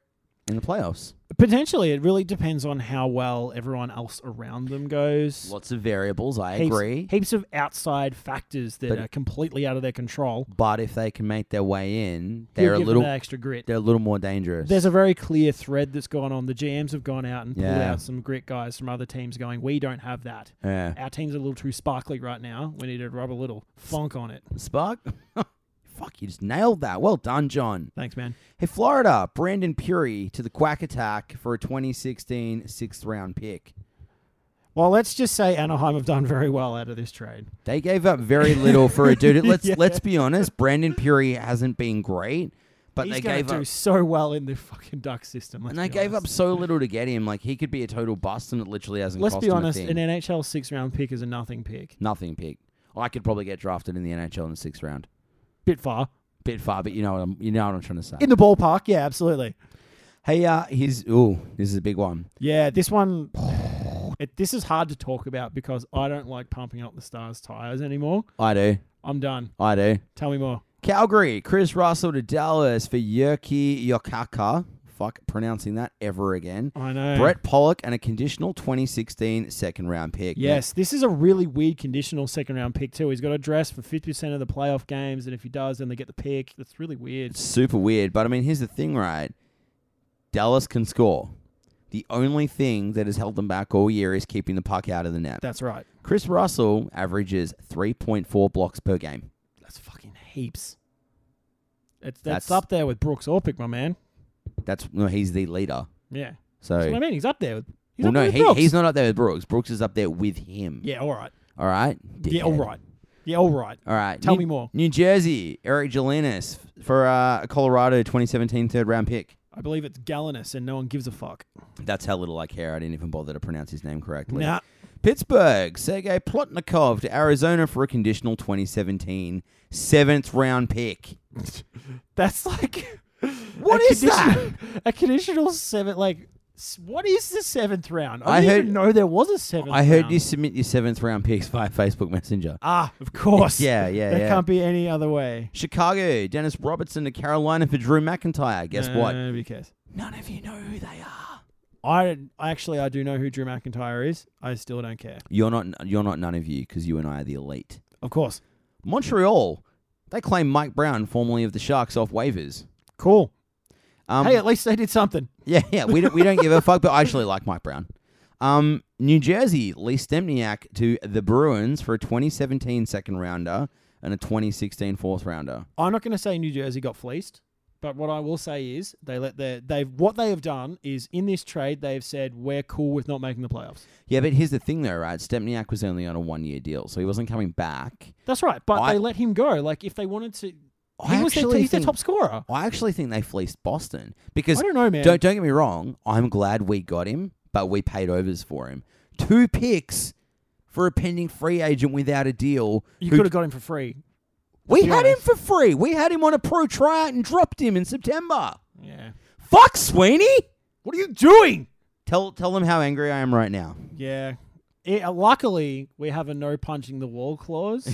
Speaker 2: in the playoffs.
Speaker 1: Potentially, it really depends on how well everyone else around them goes.
Speaker 2: Lots of variables, I
Speaker 1: heaps,
Speaker 2: agree.
Speaker 1: Heaps of outside factors that
Speaker 2: But-
Speaker 1: are completely out of their control.
Speaker 2: But if they can make their way in,
Speaker 1: He'll
Speaker 2: they're a
Speaker 1: give them
Speaker 2: little
Speaker 1: that extra grit.
Speaker 2: they're a little more dangerous.
Speaker 1: There's a very clear thread that's gone on. The GMs have gone out and pulled
Speaker 2: Yeah.
Speaker 1: out some grit guys from other teams, going, "We don't have that.
Speaker 2: yeah.
Speaker 1: Our team's a little too sparkly right now. We need to rub a little funk on it."
Speaker 2: Spark? (laughs) Fuck, you just nailed that. Well done, John.
Speaker 1: Thanks, man.
Speaker 2: Hey, Florida, Brandon Puri to the Quack Attack for a 2016 sixth round pick.
Speaker 1: Well, let's just say Anaheim have done very well out of this trade.
Speaker 2: They gave up very little for
Speaker 1: (laughs)
Speaker 2: a dude. Let's
Speaker 1: Yeah.
Speaker 2: let's be honest. Brandon Puri hasn't been great, but
Speaker 1: He's
Speaker 2: they
Speaker 1: going
Speaker 2: gave
Speaker 1: to do
Speaker 2: up
Speaker 1: so well in the fucking duck system.
Speaker 2: and they gave up so little to get him. Like he could be a total bust, and it literally hasn't.
Speaker 1: Let's
Speaker 2: cost
Speaker 1: be
Speaker 2: him a
Speaker 1: honest,
Speaker 2: thing.
Speaker 1: an NHL six round pick is a nothing pick.
Speaker 2: nothing pick. I could probably get drafted in the NHL in the sixth round.
Speaker 1: Bit far.
Speaker 2: Bit far, but you know what I'm you know what I'm trying to say.
Speaker 1: In the ballpark, yeah, absolutely.
Speaker 2: hey, uh, he's ooh, this is a big one.
Speaker 1: Yeah, this one. (sighs) It, this is hard to talk about because I don't like pumping up the stars' tires anymore.
Speaker 2: I do,
Speaker 1: I'm done.
Speaker 2: I do.
Speaker 1: Tell me more.
Speaker 2: Calgary, Chris Russell to Dallas for Yerki Yokaka. Fuck pronouncing that ever again.
Speaker 1: I know.
Speaker 2: Brett Pollock and a conditional 2016 second round pick.
Speaker 1: Yes, this is a really weird conditional second round pick too. He's got to dress for fifty percent of the playoff games, and if he does, then they get the pick. That's
Speaker 2: (laughs)
Speaker 1: really weird.
Speaker 2: It's super weird, but I mean, here's the thing, right? Dallas can score. The only thing that has held them back all year is keeping the puck out of the net.
Speaker 1: That's right.
Speaker 2: Chris Russell averages 3.4 blocks per game.
Speaker 1: That's fucking heaps. It's that's,
Speaker 2: That's-
Speaker 1: up there with Brooks Orpik, my man.
Speaker 2: That's no, he's the leader.
Speaker 1: Yeah,
Speaker 2: So
Speaker 1: that's what I mean. He's up there. With, he's
Speaker 2: well,
Speaker 1: up
Speaker 2: no,
Speaker 1: there with
Speaker 2: he,
Speaker 1: Brooks.
Speaker 2: he's not up there with Brooks. Brooks is up there with him.
Speaker 1: Yeah, all right.
Speaker 2: All right.
Speaker 1: Yeah, all
Speaker 2: Dickhead.
Speaker 1: right. Yeah, all right.
Speaker 2: All right.
Speaker 1: Tell
Speaker 2: New,
Speaker 1: me more.
Speaker 2: New Jersey, Eric Jelinas for uh, a Colorado 2017 third round pick.
Speaker 1: I believe it's Gallinus, and no one gives a fuck.
Speaker 2: That's how little I care. I didn't even bother to pronounce his name correctly.
Speaker 1: Nah,
Speaker 2: Pittsburgh, Sergei Plotnikov to Arizona for a conditional 2017 seventh round pick.
Speaker 1: that's
Speaker 2: (laughs)
Speaker 1: like
Speaker 2: What
Speaker 1: what
Speaker 2: is
Speaker 1: is that? (laughs) A conditional seven, like s- what is the seventh round? I,
Speaker 2: I
Speaker 1: didn't
Speaker 2: heard-
Speaker 1: even know there was a seventh.
Speaker 2: I heard
Speaker 1: round.
Speaker 2: you submit your seventh round picks via Facebook Messenger.
Speaker 1: Ah, of course.
Speaker 2: (laughs) Yeah, yeah,
Speaker 1: There
Speaker 2: yeah.
Speaker 1: can't be any other way.
Speaker 2: Chicago, Dennis Robertson to Carolina for Drew McIntyre. Guess what?
Speaker 1: Nobody cares.
Speaker 2: None of you know who they are.
Speaker 1: I I actually I do know who Drew McIntyre is. I still don't care.
Speaker 2: You're not. You're not none of you because you and I are the elite.
Speaker 1: Of course.
Speaker 2: Montreal, they claim Mike Brown, formerly of the Sharks, off waivers.
Speaker 1: Cool.
Speaker 2: Um,
Speaker 1: hey, at least they did something.
Speaker 2: yeah, yeah, we don't, we don't give a fuck, but I actually like Mike Brown. Um, New Jersey, Lee Stemniak to the Bruins for a 2017 second rounder and a 2016 fourth rounder.
Speaker 1: I'm not going to say New Jersey got fleeced, but what I will say is they let their they've what they have done is in this trade they have said we're cool with not making the playoffs.
Speaker 2: Yeah, but here's the thing though, right? Stempniak was only on a one year deal, so he wasn't coming back.
Speaker 1: That's right, but
Speaker 2: I-
Speaker 1: they let him go. Like if they wanted to, he
Speaker 2: I
Speaker 1: was their,
Speaker 2: actually
Speaker 1: he's their
Speaker 2: think-
Speaker 1: top scorer.
Speaker 2: I actually think they fleeced Boston
Speaker 1: I
Speaker 2: because
Speaker 1: don't know, man.
Speaker 2: Don't don't get me wrong. I'm glad we got him, but we paid overs for him. Two picks for a pending free agent without a deal.
Speaker 1: you
Speaker 2: who-
Speaker 1: could have got him for free.
Speaker 2: we
Speaker 1: be
Speaker 2: had him
Speaker 1: honest.
Speaker 2: for free. We had him on a pro tryout and dropped him in September.
Speaker 1: Yeah.
Speaker 2: Fuck Sweeney.
Speaker 1: What are you doing?
Speaker 2: Tell tell them how angry I am right now.
Speaker 1: Yeah. It, uh, luckily, we have a no punching the wall
Speaker 2: (laughs)
Speaker 1: clause.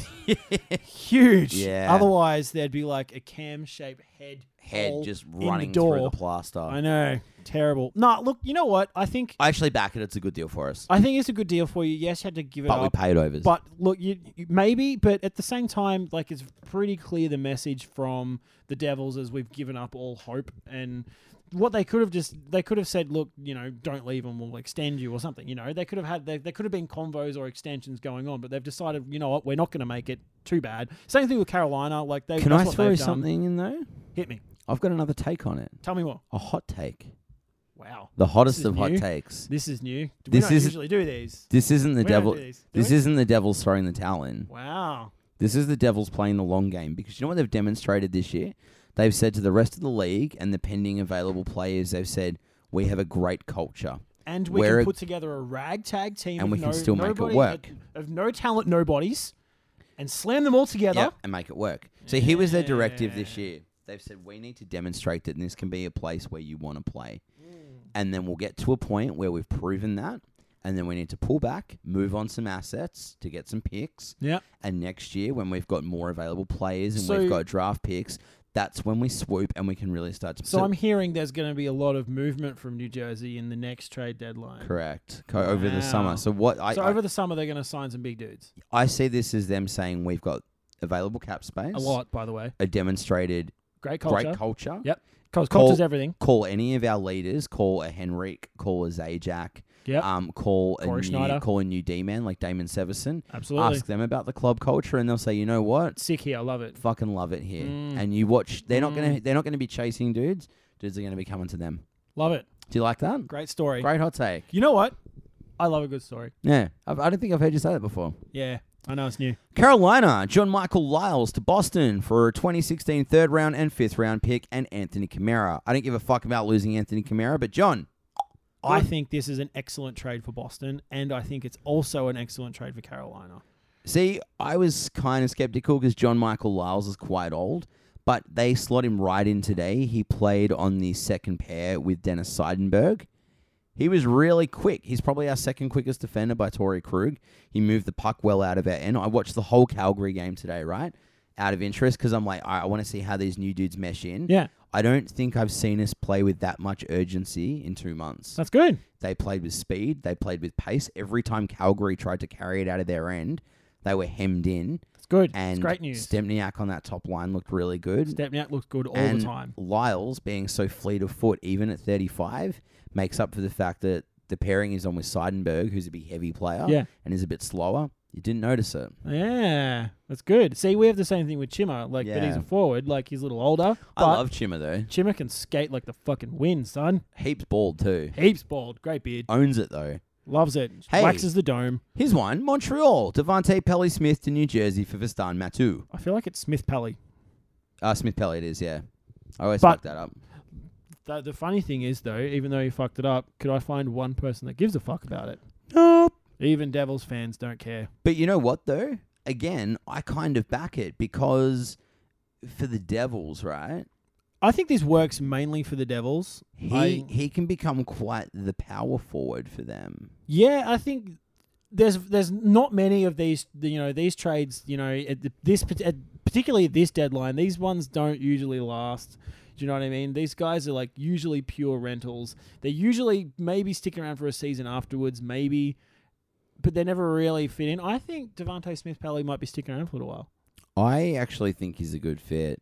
Speaker 1: Huge.
Speaker 2: Yeah.
Speaker 1: Otherwise, there'd be like a cam shaped head.
Speaker 2: Head
Speaker 1: hole
Speaker 2: just
Speaker 1: in
Speaker 2: running
Speaker 1: the door.
Speaker 2: through the plaster.
Speaker 1: I
Speaker 2: I
Speaker 1: know. Terrible. Nah, look, you know what? I think
Speaker 2: actually back it. It's a good deal for us,
Speaker 1: I think it's a good deal for you. Yes, you had to give it
Speaker 2: but we
Speaker 1: up.
Speaker 2: paid overs.
Speaker 1: But look, you, you maybe, but at the same time, like it's pretty clear the message from the Devils is we've given up all hope and what they could have just they could have said, look, you know, don't leave and we'll extend you or something. You know, they could have had they, they could have been convos or extensions going on, but they've decided, you know what, we're not going to make it too bad. Same thing with Carolina. Like they
Speaker 2: Can
Speaker 1: that's
Speaker 2: I
Speaker 1: what
Speaker 2: throw
Speaker 1: they've done.
Speaker 2: something in though?
Speaker 1: Hit me.
Speaker 2: I've got another take on it.
Speaker 1: Tell me more.
Speaker 2: A hot take.
Speaker 1: Wow,
Speaker 2: The hottest
Speaker 1: is
Speaker 2: of hot
Speaker 1: new.
Speaker 2: takes.
Speaker 1: this is new. We
Speaker 2: This
Speaker 1: don't
Speaker 2: is-
Speaker 1: usually do these.
Speaker 2: This isn't the
Speaker 1: We don't
Speaker 2: devil.
Speaker 1: do these, do
Speaker 2: This
Speaker 1: we?
Speaker 2: isn't the Devils throwing the towel in.
Speaker 1: Wow.
Speaker 2: This is the Devils playing the long game because you know what they've demonstrated this year? They've said to the rest of the league and the pending available players, they've said, we have a great culture.
Speaker 1: and we
Speaker 2: We're a-
Speaker 1: can put together a ragtag team,
Speaker 2: And
Speaker 1: of
Speaker 2: we can
Speaker 1: no,
Speaker 2: still make it
Speaker 1: nobody-
Speaker 2: work.
Speaker 1: of no talent, nobodies, and slam them all together.
Speaker 2: Yep, and make it work. So here was their directive this year. They've said, we need to demonstrate that this can be a place where you want to play. And then we'll get to a point where we've proven that. And then we need to pull back, move on some assets to get some picks.
Speaker 1: Yeah,
Speaker 2: And next year, when we've got more available players and
Speaker 1: So-
Speaker 2: we've got draft picks, that's when we swoop and we can really start to.
Speaker 1: So, I'm hearing there's going to be a lot of movement from New Jersey in the next trade deadline.
Speaker 2: correct co- over the
Speaker 1: Wow.
Speaker 2: summer. So what I
Speaker 1: so
Speaker 2: I,
Speaker 1: over the summer they're going to sign some big dudes.
Speaker 2: I see this as them saying we've got available cap space,
Speaker 1: A lot, by the way.
Speaker 2: a demonstrated
Speaker 1: Great culture.
Speaker 2: great culture.
Speaker 1: Yep. Cause
Speaker 2: Call-
Speaker 1: culture's everything.
Speaker 2: Call any of our leaders. Call a Henrik. Call a Zajac.
Speaker 1: Yep.
Speaker 2: Um, call a
Speaker 1: Corey
Speaker 2: new,
Speaker 1: Schneider.
Speaker 2: call a new D man like Damon Severson.
Speaker 1: Absolutely.
Speaker 2: Ask them about the club culture, and they'll say, you know what,
Speaker 1: Sick here. I love it.
Speaker 2: fucking love it here.
Speaker 1: Mm.
Speaker 2: And you watch. They're not gonna. They're not gonna be chasing dudes. Dudes are gonna be coming to them.
Speaker 1: Love it.
Speaker 2: Do you like that?
Speaker 1: Great story.
Speaker 2: Great hot take.
Speaker 1: You know what? I love a good story.
Speaker 2: Yeah, I've, I don't think I've heard you say that before.
Speaker 1: Yeah. I know it's new.
Speaker 2: Carolina, John Michael Lyles to Boston for a 2016 third round and fifth round pick, and Anthony Kamara. I don't give a fuck about losing Anthony Kamara, but John,
Speaker 1: I
Speaker 2: Good.
Speaker 1: think this is an excellent trade for Boston, and I think it's also an excellent trade for Carolina.
Speaker 2: see, I was kind of skeptical because John Michael Lyles is quite old, but they slot him right in today. He played on the second pair with Dennis Seidenberg. He was really quick. He's probably our second quickest defender by Tory Krug. He moved the puck well out of our end. I watched the whole Calgary game today, right? Out of interest, because I'm like, I, I want to see how these new dudes mesh in.
Speaker 1: Yeah.
Speaker 2: I don't think I've seen us play with that much urgency in two months.
Speaker 1: That's good.
Speaker 2: They played with speed, they played with pace. Every time Calgary tried to carry it out of their end, they were hemmed in.
Speaker 1: That's Good.
Speaker 2: And
Speaker 1: it's great news.
Speaker 2: Stempniak on that top line looked really good.
Speaker 1: Stepniak looks good all
Speaker 2: and
Speaker 1: the time.
Speaker 2: Lyles being so fleet of foot, even at 35, makes up for the fact that the pairing is on with Seidenberg, who's a big heavy player
Speaker 1: Yeah.
Speaker 2: and is a bit slower. You didn't notice it.
Speaker 1: Yeah, that's good. See, we have the same thing with Chima. Like, but he's
Speaker 2: Yeah.
Speaker 1: a forward. Like, he's a little older.
Speaker 2: I
Speaker 1: But
Speaker 2: love Chima, though.
Speaker 1: Chima can skate like the fucking wind, son.
Speaker 2: Heaps bald, too.
Speaker 1: Heaps bald. Great beard.
Speaker 2: Owns it, though.
Speaker 1: Loves it.
Speaker 2: Hey.
Speaker 1: Waxes the dome.
Speaker 2: Here's one Montreal. Devante Pelly Smith to New Jersey for Vistan Matu.
Speaker 1: I feel like it's Smith Pelly.
Speaker 2: Uh, Smith Pelly, it is, yeah. I always
Speaker 1: But-
Speaker 2: fuck that up.
Speaker 1: The, the funny thing is, though, even though he fucked it up, could I find one person that gives a fuck about it?
Speaker 2: Nope.
Speaker 1: Even Devils fans don't care.
Speaker 2: But you know what though? Again, I kind of back it because for the Devils, right?
Speaker 1: I think this works mainly for the Devils.
Speaker 2: He
Speaker 1: I-
Speaker 2: he can become quite the power forward for them.
Speaker 1: Yeah, I think there's there's not many of these you know these trades you know at the- this pat- at, particularly at this deadline these ones don't usually last. Do you know what I mean? These guys are like usually pure rentals. They're usually maybe sticking around for a season afterwards, maybe, but they never really fit in. I think Devonte Smith Pelly might be sticking around for a little while.
Speaker 2: I actually think he's a good fit.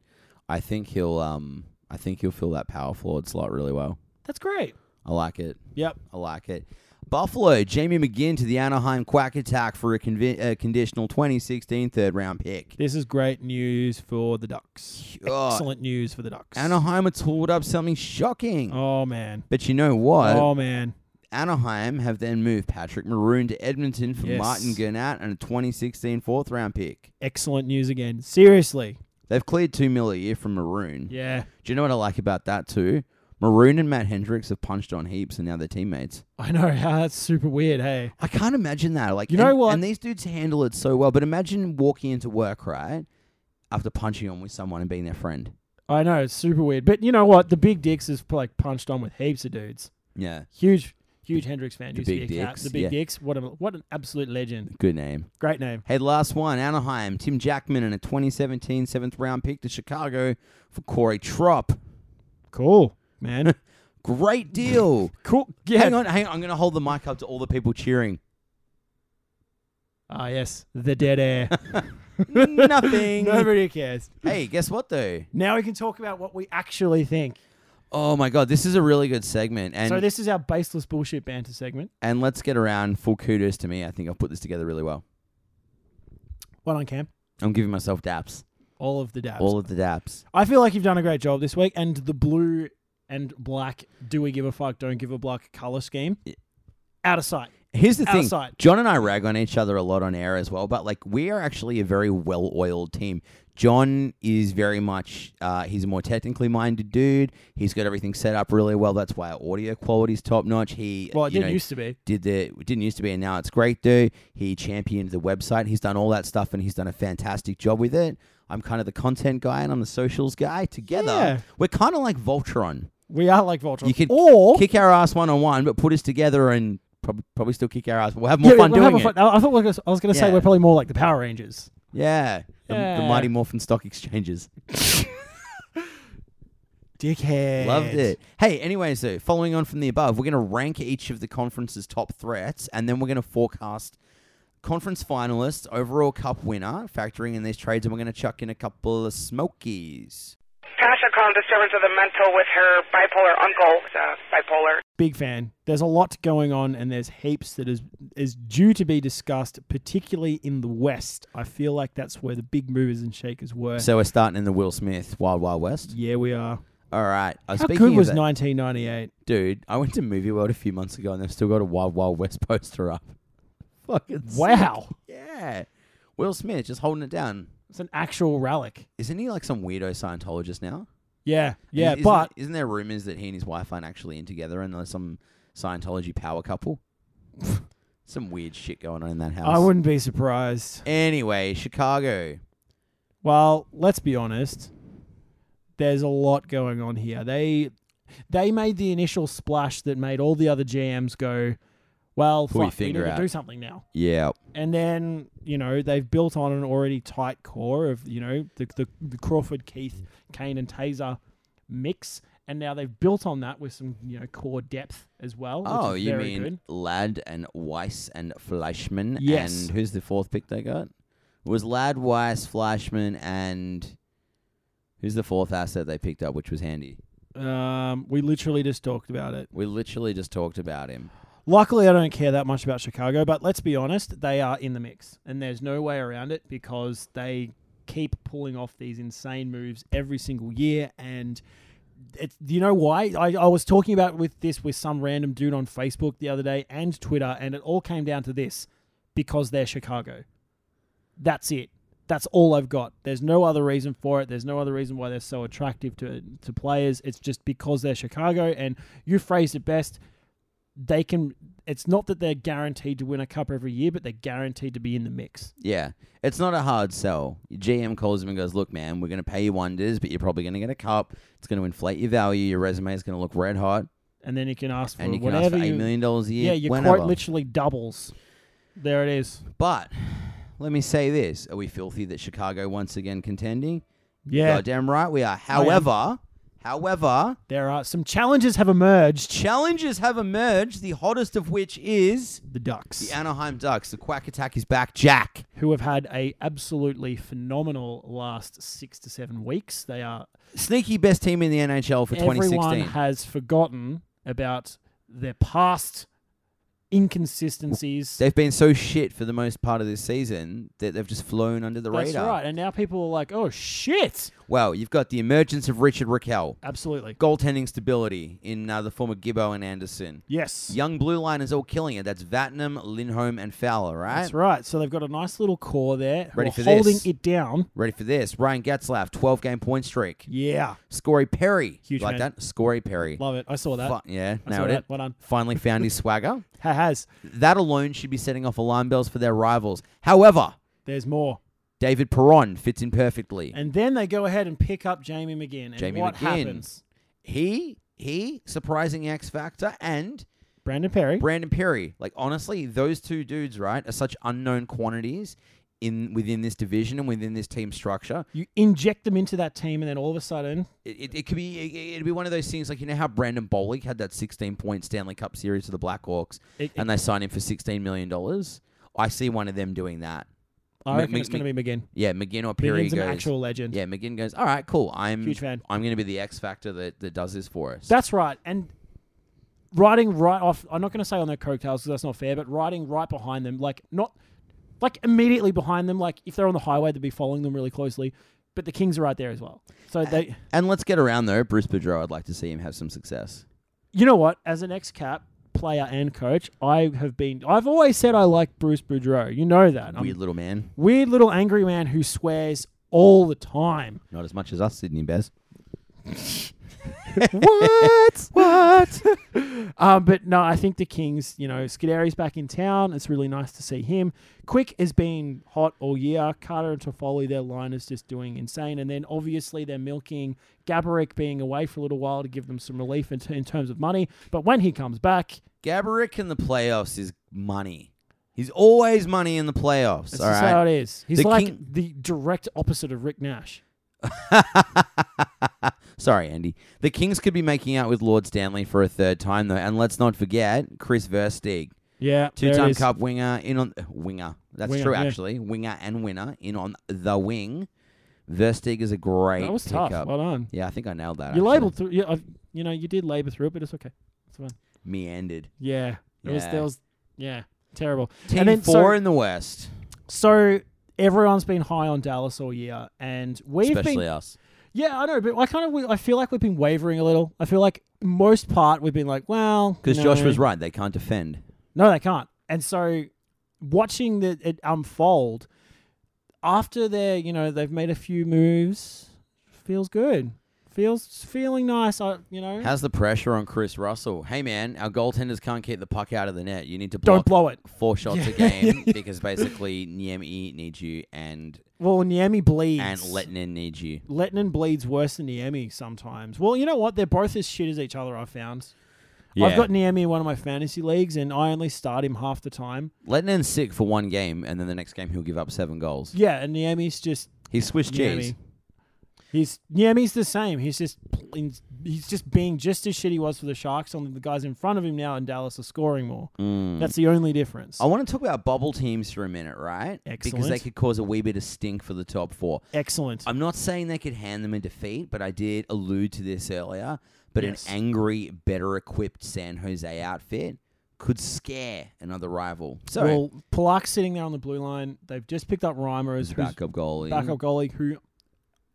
Speaker 2: I think he'll um I think he'll fill that power forward slot really well.
Speaker 1: That's great.
Speaker 2: I like it.
Speaker 1: Yep.
Speaker 2: I like it. Buffalo, Jamie McGinn to the Anaheim Quack Attack for a, convi- a conditional 2016 third round pick.
Speaker 1: This is great news for the Ducks.
Speaker 2: Oh.
Speaker 1: Excellent news for the Ducks.
Speaker 2: Anaheim had pulled up something shocking.
Speaker 1: Oh man.
Speaker 2: But you know what?
Speaker 1: Oh man.
Speaker 2: Anaheim have then moved Patrick Maroon to Edmonton for
Speaker 1: Yes.
Speaker 2: Martin Gernat and a 2016 fourth round pick.
Speaker 1: Excellent news again. Seriously.
Speaker 2: They've cleared two mil a year from Maroon.
Speaker 1: Yeah.
Speaker 2: Do you know what I like about that too? Maroon and Matt Hendricks have punched on heaps and now they're teammates.
Speaker 1: I know (laughs) how that's super weird. Hey,
Speaker 2: I can't imagine that. Like
Speaker 1: You know
Speaker 2: and-
Speaker 1: what?
Speaker 2: And these dudes handle it so well. But imagine walking into work right after punching on with someone and being their friend.
Speaker 1: I know it's super weird, but you know what? The big dicks is like punched on with heaps of dudes.
Speaker 2: Yeah,
Speaker 1: Huge, huge Hendrix fan.
Speaker 2: The
Speaker 1: used to
Speaker 2: Big
Speaker 1: be a cat.
Speaker 2: Dicks,
Speaker 1: The big
Speaker 2: yeah.
Speaker 1: dicks. What a what an absolute legend.
Speaker 2: good name.
Speaker 1: Great name.
Speaker 2: Hey, the last one, Anaheim. Tim Jackman and a 2017 seventh round pick to Chicago for Corey Trop.
Speaker 1: Cool
Speaker 2: (laughs)
Speaker 1: man.
Speaker 2: Great deal.
Speaker 1: cool. Yeah.
Speaker 2: Hang on, hang on. I'm going to hold the mic up to all the people cheering.
Speaker 1: Ah yes, the dead air.
Speaker 2: (laughs)
Speaker 1: (laughs)
Speaker 2: Nothing.
Speaker 1: Nobody cares.
Speaker 2: Hey, guess what though?
Speaker 1: Now we can talk about what we actually think.
Speaker 2: Oh my god, this is a really good segment, and
Speaker 1: so this is our baseless bullshit banter segment.
Speaker 2: and let's get around. Full kudos to me. I think I've put this together really well.
Speaker 1: One on cam.
Speaker 2: I'm giving myself daps.
Speaker 1: All of the dabs.
Speaker 2: All of the daps.
Speaker 1: I feel like you've done a great job this week, and the blue and black "Do we give a fuck? Don't give a fuck" color scheme
Speaker 2: Yeah.
Speaker 1: out of sight.
Speaker 2: Here's the
Speaker 1: Out of
Speaker 2: thing.
Speaker 1: sight.
Speaker 2: John and I rag on each other a lot on air as well, but like we are actually a very well-oiled team. John is very much uh, he's a more technically minded dude. He's got everything set up really well. That's why our audio quality's top notch. He
Speaker 1: Well, it
Speaker 2: you
Speaker 1: didn't
Speaker 2: know,
Speaker 1: used to be.
Speaker 2: did the it didn't used to be and now it's great dude he championed the website he's done all that stuff and he's done a fantastic job with it i'm kind of the content guy and i'm the socials guy together
Speaker 1: Yeah.
Speaker 2: we're kind of like voltron
Speaker 1: We are like Voltron.
Speaker 2: you could
Speaker 1: or
Speaker 2: kick our ass one-on-one but put us together and prob- probably still kick our ass we'll have
Speaker 1: Yeah,
Speaker 2: more fun
Speaker 1: we're
Speaker 2: doing
Speaker 1: having
Speaker 2: it
Speaker 1: fun. I I thought we were gonna- I was going to say
Speaker 2: Yeah.
Speaker 1: we're probably more like the Power Rangers.
Speaker 2: yeah. The, the
Speaker 1: Yeah.
Speaker 2: mighty morphin stock exchanges
Speaker 1: Dickhead.
Speaker 2: loved it hey anyway so following on from the above we're going to rank each of the conference's top threats and then we're going to forecast conference finalists, overall cup winner, factoring in these trades, and we're going to chuck in a couple of smokies.
Speaker 4: Tasha calmed disturbance of the mental with her bipolar uncle. It's, uh, bipolar.
Speaker 1: Big fan. There's a lot going on, and there's heaps that is is due to be discussed, particularly in the West. I feel like that's where the big movers and shakers were.
Speaker 2: So we're starting in the Will Smith Wild Wild West.
Speaker 1: yeah, we are.
Speaker 2: All right. Uh,
Speaker 1: How
Speaker 2: speaking
Speaker 1: good
Speaker 2: of
Speaker 1: was
Speaker 2: that-
Speaker 1: 1998?
Speaker 2: dude, I went to Movie World a few months ago, and they've still got a Wild Wild West (laughs) poster up. Fucking sick.
Speaker 1: Wow,
Speaker 2: Yeah, Will Smith just holding it down.
Speaker 1: it's an actual relic.
Speaker 2: Isn't he like some weirdo Scientologist now?
Speaker 1: Yeah, yeah,
Speaker 2: Isn't-
Speaker 1: but
Speaker 2: isn't there rumors that he and his wife aren't actually in together, and there's some Scientology power
Speaker 1: (laughs)
Speaker 2: couple? some weird shit going on in that house.
Speaker 1: I wouldn't be surprised.
Speaker 2: Anyway, Chicago.
Speaker 1: Well, let's be honest. There's a lot going on here. They they made the initial splash that made all the other GMs go, well,
Speaker 2: Pull your
Speaker 1: fuck, we need
Speaker 2: finger
Speaker 1: to
Speaker 2: out.
Speaker 1: do something now.
Speaker 2: Yeah.
Speaker 1: And then you know they've built on an already tight core of you know the the, the Crawford, Keith, Kane, and Taser mix, and now they've built on that with some you know core depth as well. which
Speaker 2: Oh,
Speaker 1: is
Speaker 2: you
Speaker 1: very
Speaker 2: mean
Speaker 1: good.
Speaker 2: Ladd and Weiss and Fleischman?
Speaker 1: Yes.
Speaker 2: And who's the fourth pick they got? was Lad Weiss, Flashman, and who's the fourth asset they picked up, which was handy.
Speaker 1: Um, we literally just talked about it.
Speaker 2: We literally just talked about him.
Speaker 1: Luckily, I don't care that much about Chicago, but let's be honest, they are in the mix, and there's no way around it because they keep pulling off these insane moves every single year. And it's, do you know why? I, I was talking about with this with some random dude on Facebook the other day and Twitter, and it all came down to this because they're Chicago. That's it. That's all I've got. There's no other reason for it. There's no other reason why they're so attractive to to players. It's just because they're Chicago. And you phrased it best they can it's not that they're guaranteed to win a cup every year but they're guaranteed to be in the mix
Speaker 2: Yeah. It's not a hard sell. Your GM calls him and goes, Look, man, we're going to pay you wonders, but you're probably going to get a cup. It's going to inflate your value. Your resume is going to look red hot.
Speaker 1: and then you can ask for
Speaker 2: And you can ask
Speaker 1: whatever
Speaker 2: for $8
Speaker 1: you
Speaker 2: million dollars a year.
Speaker 1: yeah your
Speaker 2: whenever.
Speaker 1: quote literally doubles there it is
Speaker 2: But let me say this Are we filthy that Chicago once again contending?
Speaker 1: yeah
Speaker 2: Goddamn right we are. However, however,
Speaker 1: there are some challenges have emerged
Speaker 2: challenges have emerged, the hottest of which is
Speaker 1: the ducks
Speaker 2: the Anaheim Ducks. The quack attack is back. Jack.
Speaker 1: who have had a absolutely phenomenal last six to seven weeks they are
Speaker 2: Sneaky best team in the NHL for
Speaker 1: everyone
Speaker 2: 2016.
Speaker 1: has forgotten about their past inconsistencies
Speaker 2: They've been so shit for the most part of this season that they've just flown under the
Speaker 1: that's
Speaker 2: radar.
Speaker 1: right and now people are like oh shit
Speaker 2: Well, you've got the emergence of Richard Raquel,
Speaker 1: absolutely
Speaker 2: goaltending stability in uh, the form of Gibbo and Anderson.
Speaker 1: yes
Speaker 2: Young blue line is all killing it. That's Vatnam, Lindholm, and Fowler, right?
Speaker 1: That's right. So they've got a nice little core there. who
Speaker 2: Ready
Speaker 1: are
Speaker 2: for
Speaker 1: holding
Speaker 2: this.
Speaker 1: it down.
Speaker 2: Ready for this? Ryan Getzlaff, 12 game point streak.
Speaker 1: Yeah.
Speaker 2: Scory Perry.
Speaker 1: Huge
Speaker 2: like
Speaker 1: man.
Speaker 2: that? Scory Perry.
Speaker 1: Love it. I saw that.
Speaker 2: Fu- yeah,
Speaker 1: I saw
Speaker 2: nailed
Speaker 1: that.
Speaker 2: it.
Speaker 1: Well done.
Speaker 2: Finally found his swagger.
Speaker 1: Ha has.
Speaker 2: That alone should be setting off alarm bells for their rivals. However,
Speaker 1: There's more.
Speaker 2: David Perron fits in perfectly.
Speaker 1: And then they go ahead and pick up Jamie McGinn. And
Speaker 2: Jamie
Speaker 1: what
Speaker 2: McGinn.
Speaker 1: happens?
Speaker 2: He, he, surprising X Factor, and
Speaker 1: Brandon Perry.
Speaker 2: Brandon Perry. Like honestly, those two dudes, right, are such unknown quantities in within this division and within this team structure.
Speaker 1: you inject them into that team, and then all of a sudden,
Speaker 2: It, it, it could be it, it'd be one of those things like you know how Brandon Bollig had that 16 point Stanley Cup series to the Blackhawks,
Speaker 1: It-
Speaker 2: and they signed him for 16 million dollars. I see one of them doing that.
Speaker 1: I
Speaker 2: M-
Speaker 1: reckon
Speaker 2: M-
Speaker 1: it's going to
Speaker 2: M-
Speaker 1: be McGinn.
Speaker 2: Yeah, McGinn or Perry
Speaker 1: McGinn's an
Speaker 2: goes.
Speaker 1: actual legend.
Speaker 2: yeah, McGinn goes. All right, cool. I'm
Speaker 1: Huge fan.
Speaker 2: I'm going to be the X factor that, that does this for us.
Speaker 1: That's right. And riding right off, I'm not going to say on their coattails because that's not fair, but riding right behind them, like not, like immediately behind them, like if they're on the highway, they'd be following them really closely. But the Kings are right there as well. So they.
Speaker 2: and let's get around though. Bruce Boudreau, I'd like to see him have some success.
Speaker 1: you know what? As an ex-cap player and coach, I have been. I've always said I like Bruce Boudreau. You know that. I'm
Speaker 2: Weird little man.
Speaker 1: weird little angry man who swears all the time.
Speaker 2: Not as much as us, Sydney Bez.
Speaker 1: what? (laughs) what? um, but no, I think the Kings. You know, Scuderi's back in town. It's really nice to see him. Quick has been hot all year. Carter and Toffoli, their line is just doing insane. And then obviously they're milking Gaborik being away for a little while to give them some relief in, in terms of money. But when he comes back,
Speaker 2: Gaborik in the playoffs is money. He's always money in the playoffs.
Speaker 1: That's
Speaker 2: all
Speaker 1: just how
Speaker 2: right.
Speaker 1: it is. He's
Speaker 2: The
Speaker 1: like
Speaker 2: king-
Speaker 1: the direct opposite of Rick Nash.
Speaker 2: Sorry, Andy. The Kings could be making out with Lord Stanley for a third time though, and let's not forget Chris Versteeg,
Speaker 1: Yeah,
Speaker 2: two-time Cup winger in on winger. That's
Speaker 1: Winger,
Speaker 2: true,
Speaker 1: yeah.
Speaker 2: actually. Winger and winner in on the wing. Versteeg is a great
Speaker 1: That was
Speaker 2: pickup.
Speaker 1: tough. Well done.
Speaker 2: Yeah, I think I nailed that.
Speaker 1: you
Speaker 2: actually.
Speaker 1: labeled through. You, I've- you know, you did labor through it, but it's okay. It's fine.
Speaker 2: meandered.
Speaker 1: Yeah, it was.
Speaker 2: Yeah.
Speaker 1: There was. Yeah, terrible.
Speaker 2: Team
Speaker 1: and then so,
Speaker 2: four in the West,
Speaker 1: so everyone's been high on Dallas all year, and we've
Speaker 2: especially
Speaker 1: been.
Speaker 2: us.
Speaker 1: Yeah, I know, but I kind of I feel like we've been wavering a little. I feel like most part we've been like, well,
Speaker 2: Because
Speaker 1: no.
Speaker 2: Josh was right; they can't defend.
Speaker 1: No, they can't. And so watching the, it unfold after they you know, they've made a few moves, feels good. Feels feeling nice. I, you know,
Speaker 2: How's the pressure on Chris Russell? Hey man, our goaltenders can't keep the puck out of the net. You need to
Speaker 1: don't
Speaker 2: block
Speaker 1: blow it.
Speaker 2: four shots a
Speaker 1: Yeah. (laughs)
Speaker 2: game because basically Niemi needs you and
Speaker 1: Well, Niemi bleeds.
Speaker 2: and Lettinen needs you.
Speaker 1: Lettinen bleeds worse than Niemi sometimes. Well, you know what? They're both as shit as each other. I've found. I've got Niemi in one of my fantasy leagues, and I only start him half the time.
Speaker 2: Lettinen's sick for one game, and then the next game he'll give up seven goals.
Speaker 1: Yeah, and Niemi's just
Speaker 2: He's Swiss cheese.
Speaker 1: Niemi. He's Niemi's the same. He's just pl- in he's just being just as shit he was for the Sharks. Only the guys in front of him now in Dallas are scoring more.
Speaker 2: Hmm.
Speaker 1: That's the only difference.
Speaker 2: Mm. I want to talk about bubble teams for a minute, right? Because they
Speaker 1: Excellent.
Speaker 2: could cause a wee bit of stink for the top four.
Speaker 1: Excellent.
Speaker 2: I'm not saying they could hand them a defeat, but I did allude to this earlier. But
Speaker 1: Yes.
Speaker 2: an angry, better equipped San Jose outfit could scare another rival. So,
Speaker 1: well, Polak's sitting there on the blue line. They've just picked up Reimer as
Speaker 2: who's the
Speaker 1: who's
Speaker 2: backup goalie?
Speaker 1: backup goalie, who,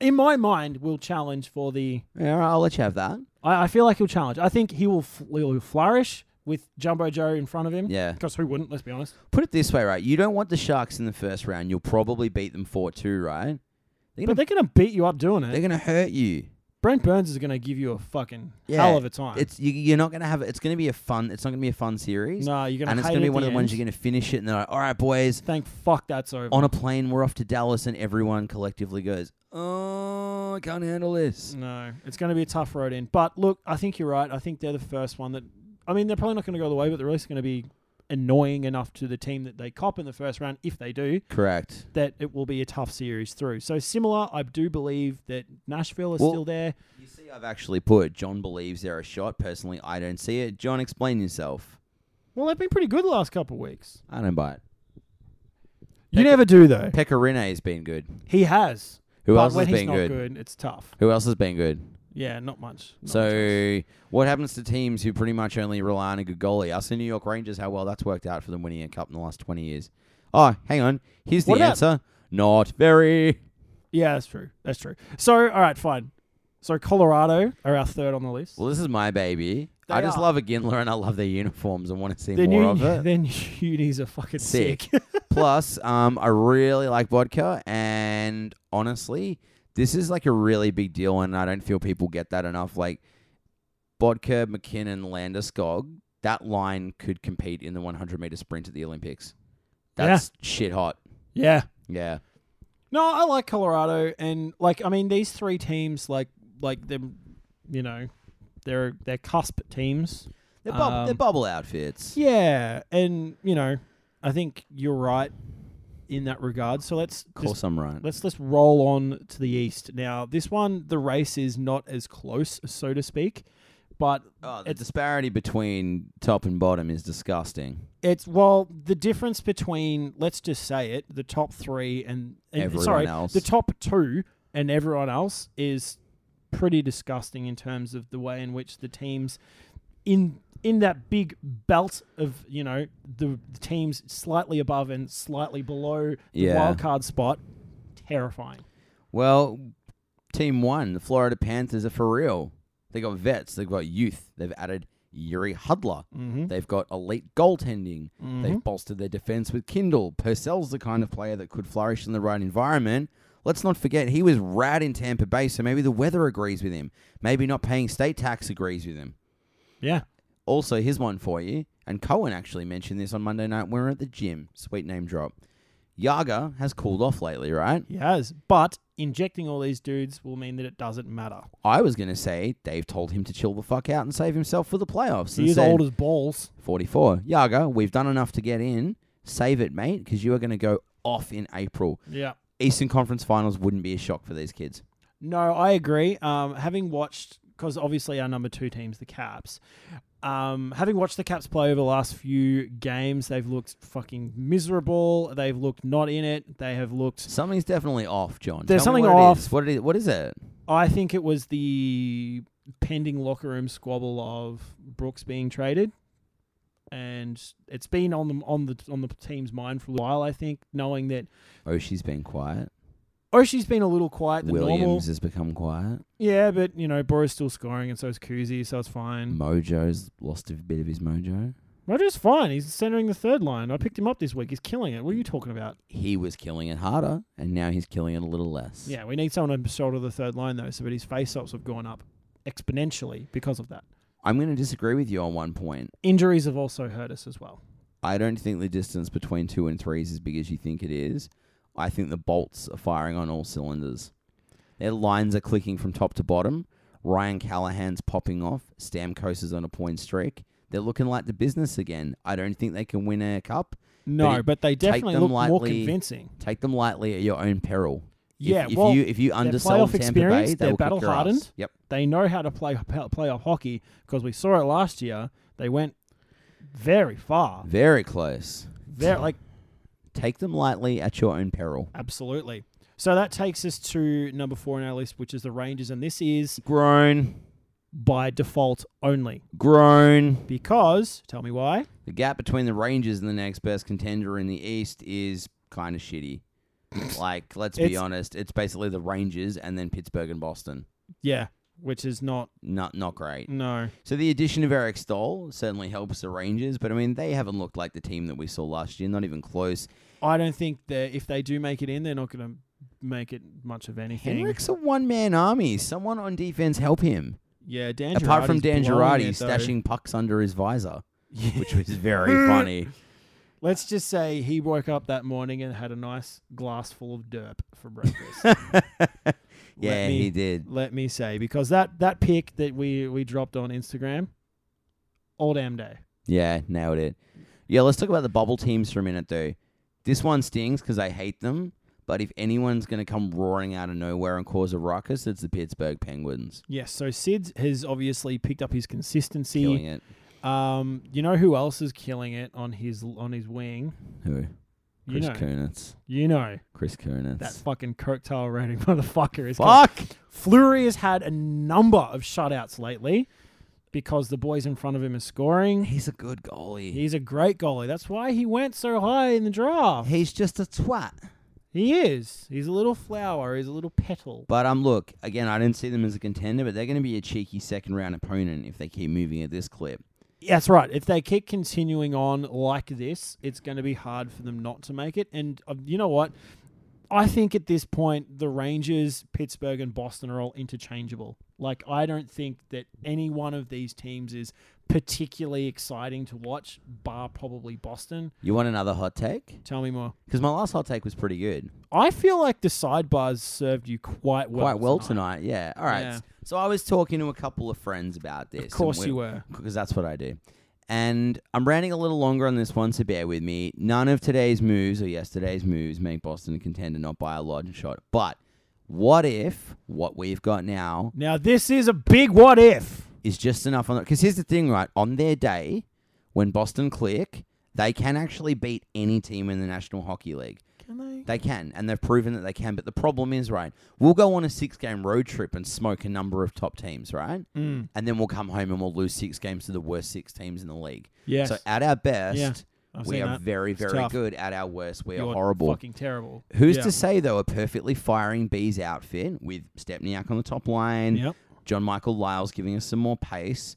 Speaker 1: in my mind, will challenge for the.
Speaker 2: Yeah, all right, I'll let you have that.
Speaker 1: I, I feel like he'll challenge. I think he will, fl- he'll flourish with Jumbo Joe in front of him.
Speaker 2: Yeah.
Speaker 1: Because who wouldn't? Let's be honest.
Speaker 2: Put it this way, right? You don't want the Sharks in the first round. You'll probably beat them 4 2, right? They're
Speaker 1: But
Speaker 2: going to
Speaker 1: they're going to beat you up doing it.
Speaker 2: they're gonna hurt you.
Speaker 1: Brent Burns is going to give you a fucking
Speaker 2: Yeah,
Speaker 1: hell of a time.
Speaker 2: It's you, You're not going to have It's going to be a fun. It's not going to be a fun series.
Speaker 1: no, you're going to
Speaker 2: and it's gonna be one of the ones you're
Speaker 1: going
Speaker 2: going to finish it and they're like, all right, boys,
Speaker 1: to think. Fuck, that's over.
Speaker 2: on a plane, we're off to Dallas, and everyone collectively goes, "Oh, I can't handle this."
Speaker 1: no, it's going to be a tough road in. But look, I think you're right. I think they're the first one that. I mean, they're probably not going to go the way, but they're at least going to be annoying enough to the team that they cop in the first round if they do.
Speaker 2: Correct.
Speaker 1: That it will be a tough series through. So similar, I do believe that Nashville is
Speaker 2: Well-
Speaker 1: still there.
Speaker 2: You see, I've actually put John believes they're a shot. Personally, I don't see it. John, explain yourself.
Speaker 1: Well, they've been pretty good the last couple of weeks.
Speaker 2: I don't buy it.
Speaker 1: You never do though.
Speaker 2: Pecorine has been good.
Speaker 1: He has.
Speaker 2: Who
Speaker 1: but
Speaker 2: else
Speaker 1: when
Speaker 2: has
Speaker 1: he's
Speaker 2: been
Speaker 1: not
Speaker 2: good?
Speaker 1: good? It's tough.
Speaker 2: Who else has been good?
Speaker 1: Yeah, not much. Not much else.
Speaker 2: So, what happens to teams who pretty much only rely on a good goalie? Us in New York Rangers, how well that's worked out for them winning a cup in the last 20 years. Oh, hang on. Here's the
Speaker 1: What about-
Speaker 2: answer. Not very.
Speaker 1: yeah, that's true. That's true. So all right, fine. So Colorado are our third on the list.
Speaker 2: Well, this is my baby.
Speaker 1: They
Speaker 2: I just
Speaker 1: are.
Speaker 2: love a Gindler and I love their uniforms and want to see
Speaker 1: Their
Speaker 2: more
Speaker 1: new, (laughs)
Speaker 2: (laughs) of it.
Speaker 1: their new unis are fucking sick. (laughs)
Speaker 2: Sick. Plus, um, I really like vodka, and honestly, this is like a really big deal, and I don't feel people get that enough. Like vodka, McKinnon, Landeskog, that line could compete in the 100 meter sprint at the Olympics.
Speaker 1: Yeah.
Speaker 2: That's shit hot.
Speaker 1: yeah.
Speaker 2: Yeah,
Speaker 1: No, I like Colorado, and like I mean, these three teams, like like them, you know, they're they're cusp teams.
Speaker 2: they're, bub- they're
Speaker 1: Um,
Speaker 2: bubble outfits.
Speaker 1: Yeah, and you know, I think you're right in that regard. So let's
Speaker 2: Of
Speaker 1: just
Speaker 2: course, I'm right.
Speaker 1: Let's let's roll on to the east now. This one, the race is not as close, so to speak, but
Speaker 2: Oh, the
Speaker 1: it's
Speaker 2: disparity between top and bottom is disgusting.
Speaker 1: it's well the difference between let's just say it the top three and, and
Speaker 2: Everyone
Speaker 1: sorry
Speaker 2: else.
Speaker 1: the top two and everyone else is pretty disgusting in terms of the way in which the teams in in that big belt of you know the, the teams slightly above and slightly below the
Speaker 2: Yeah.
Speaker 1: wild card spot terrifying.
Speaker 2: Well, team one, the Florida Panthers are for real. They got vets, they've got youth, they've added Yuri Hudler,
Speaker 1: Mm-hmm.
Speaker 2: they've got elite goaltending, they've bolstered their defense with Kindle. Purcell's the kind of player that could flourish in the right environment. Let's not forget he was rad in Tampa Bay, so maybe the weather agrees with him. Maybe not paying state tax agrees with him.
Speaker 1: Yeah.
Speaker 2: Also, here's one for you. And Cohen actually mentioned this on Monday night when we were at the gym. Sweet name drop. Yaga has cooled off lately, right?
Speaker 1: He has, but injecting all these dudes will mean that it doesn't matter.
Speaker 2: I was going to say they've told him to chill the fuck out and save himself for the playoffs. and
Speaker 1: He is
Speaker 2: said,
Speaker 1: old as balls.
Speaker 2: 44. Yaga, we've done enough to get in. Save it, mate, because you are going to go off in April.
Speaker 1: Yeah.
Speaker 2: Eastern Conference Finals wouldn't be a shock for these kids.
Speaker 1: No, I agree. Um, having watched, because obviously our number two team's the Caps. Um, having watched the Caps play over the last few games, they've looked fucking miserable. They've looked not in it. They have looked.
Speaker 2: Something's definitely off, John.
Speaker 1: There's
Speaker 2: Tell me
Speaker 1: something
Speaker 2: what it
Speaker 1: off.
Speaker 2: is. What, it is. what is it?
Speaker 1: I think it was the pending locker room squabble of Brooks being traded. And it's been on the on the on the team's mind for a while. I think knowing that
Speaker 2: Oh, she's been quiet.
Speaker 1: Oshie's been a little quiet than
Speaker 2: Williams
Speaker 1: normal.
Speaker 2: has become quiet.
Speaker 1: Yeah, but you know, Boris still scoring, and so is Kuzi, so it's fine.
Speaker 2: Mojo's lost a bit of his mojo.
Speaker 1: Roger's fine. He's centering the third line. I picked him up this week. He's killing it. What are you talking about?
Speaker 2: He was killing it harder, and now he's killing it a little less.
Speaker 1: Yeah, we need someone to shoulder the third line though. So, but his face-offs have gone up exponentially because of that.
Speaker 2: I'm going to disagree with you on one point.
Speaker 1: Injuries have also hurt us as well.
Speaker 2: I don't think the distance between two and three is as big as you think it is. I think the bolts are firing on all cylinders. Their lines are clicking from top to bottom. Ryan Callahan's popping off. Stamkos is on a point streak. They're looking like the business again. I don't think they can win a cup.
Speaker 1: No,
Speaker 2: But
Speaker 1: but,
Speaker 2: it-
Speaker 1: they
Speaker 2: take
Speaker 1: definitely
Speaker 2: them
Speaker 1: look more
Speaker 2: lightly.
Speaker 1: convincing.
Speaker 2: Take them lightly at your own peril.
Speaker 1: Yeah,
Speaker 2: if,
Speaker 1: well,
Speaker 2: you if you
Speaker 1: their
Speaker 2: undersell
Speaker 1: playoff
Speaker 2: Tampa Bay,
Speaker 1: experience,
Speaker 2: they
Speaker 1: they're
Speaker 2: will kick your
Speaker 1: battle-hardened.
Speaker 2: ass. Yep.
Speaker 1: They know how to play p- playoff hockey because we saw it last year. They went very far.
Speaker 2: Very close. (laughs)
Speaker 1: They're like
Speaker 2: Take them lightly at your own peril.
Speaker 1: absolutely. So that takes us to number four on our list, which is the Rangers, and this is
Speaker 2: Groan.
Speaker 1: by default only
Speaker 2: Groan.
Speaker 1: because tell me why.
Speaker 2: The gap between the Rangers and the next best contender in the East is kind
Speaker 1: (laughs)
Speaker 2: of shitty. like, let's be
Speaker 1: It's-
Speaker 2: honest, it's basically the Rangers and then Pittsburgh and Boston.
Speaker 1: Yeah, which is not
Speaker 2: Not not great.
Speaker 1: no.
Speaker 2: So the addition of Eric Stoll certainly helps the Rangers, but I mean they haven't looked like the team that we saw last year, not even close.
Speaker 1: I don't think that if they do make it in, they're not going to make it much of anything.
Speaker 2: Henrik's a one man army. Someone on defense help him.
Speaker 1: yeah, Dan.
Speaker 2: Apart from Dan
Speaker 1: Girardi's
Speaker 2: Girardi
Speaker 1: blowing it, though. (laughs)
Speaker 2: stashing pucks under his visor, which was very funny. (laughs)
Speaker 1: Let's just say he woke up that morning and had a nice glass full of derp for breakfast.
Speaker 2: (laughs) Yeah,
Speaker 1: me-
Speaker 2: he did.
Speaker 1: Let me say, because that that pic that we we dropped on Instagram, all damn day.
Speaker 2: Yeah, nailed it. Yeah, let's talk about the bubble teams for a minute, though. This one stings because I hate them, but if anyone's going to come roaring out of nowhere and cause a ruckus, it's the Pittsburgh Penguins.
Speaker 1: Yes, so Sid has obviously picked up his
Speaker 2: Killing
Speaker 1: consistency.
Speaker 2: it.
Speaker 1: Um, you know who else is killing it on his on his wing?
Speaker 2: Who?
Speaker 1: You
Speaker 2: Chris
Speaker 1: know,
Speaker 2: Kunitz.
Speaker 1: you know
Speaker 2: Chris Kunitz.
Speaker 1: that fucking Kirktail rating (laughs) motherfucker is. killing-
Speaker 2: Fuck!
Speaker 1: Fleury has had a number of shutouts lately because the boys in front of him are scoring.
Speaker 2: He's a good goalie.
Speaker 1: He's a great goalie. That's why he went so high in the draft.
Speaker 2: He's just a twat.
Speaker 1: He is. He's a little flower. He's a little petal.
Speaker 2: But um, look again. I didn't see them as a contender, but they're going to be a cheeky second round opponent if they keep moving at this clip.
Speaker 1: That's right. If they keep continuing on like this, it's going to be hard for them not to make it. And uh, you know what? I think at this point, the Rangers, Pittsburgh, and Boston are all interchangeable. Like, I don't think that any one of these teams is particularly exciting to watch, bar probably Boston.
Speaker 2: You want another hot take?
Speaker 1: Tell me more.
Speaker 2: Because my last hot take was pretty good,
Speaker 1: I feel like the sidebars served you quite well.
Speaker 2: quite well tonight. Yeah. All right.
Speaker 1: Yeah.
Speaker 2: So I was talking to a couple of friends about this.
Speaker 1: Of course you were.
Speaker 2: because that's what I do. And I'm ranting a little longer on this one, so bear with me. None of today's moves or yesterday's moves make Boston a contender, not by a large shot. But what if what we've got now
Speaker 1: Now, this is a big what if.
Speaker 2: is just enough on because here's the thing, right? On their day, when Boston click, they can actually beat any team in the National Hockey League.
Speaker 1: Can they?
Speaker 2: They can, and they've proven that they can. But the problem is, right? We'll go on a six-game road trip and smoke a number of top teams, right? Mm. And then we'll come home and we'll lose six games to the worst six teams in the league.
Speaker 1: Yes.
Speaker 2: So at our best,
Speaker 1: Yeah, I've
Speaker 2: uh, we
Speaker 1: seen
Speaker 2: are
Speaker 1: that.
Speaker 2: very,
Speaker 1: It's
Speaker 2: very
Speaker 1: tough.
Speaker 2: good. At our worst, we are
Speaker 1: You're
Speaker 2: horrible.
Speaker 1: Fucking terrible.
Speaker 2: Who's
Speaker 1: Yeah.
Speaker 2: to say though a perfectly firing bees outfit with Stepniak on the top line,
Speaker 1: Yep.
Speaker 2: John Michael Lyles giving us some more pace.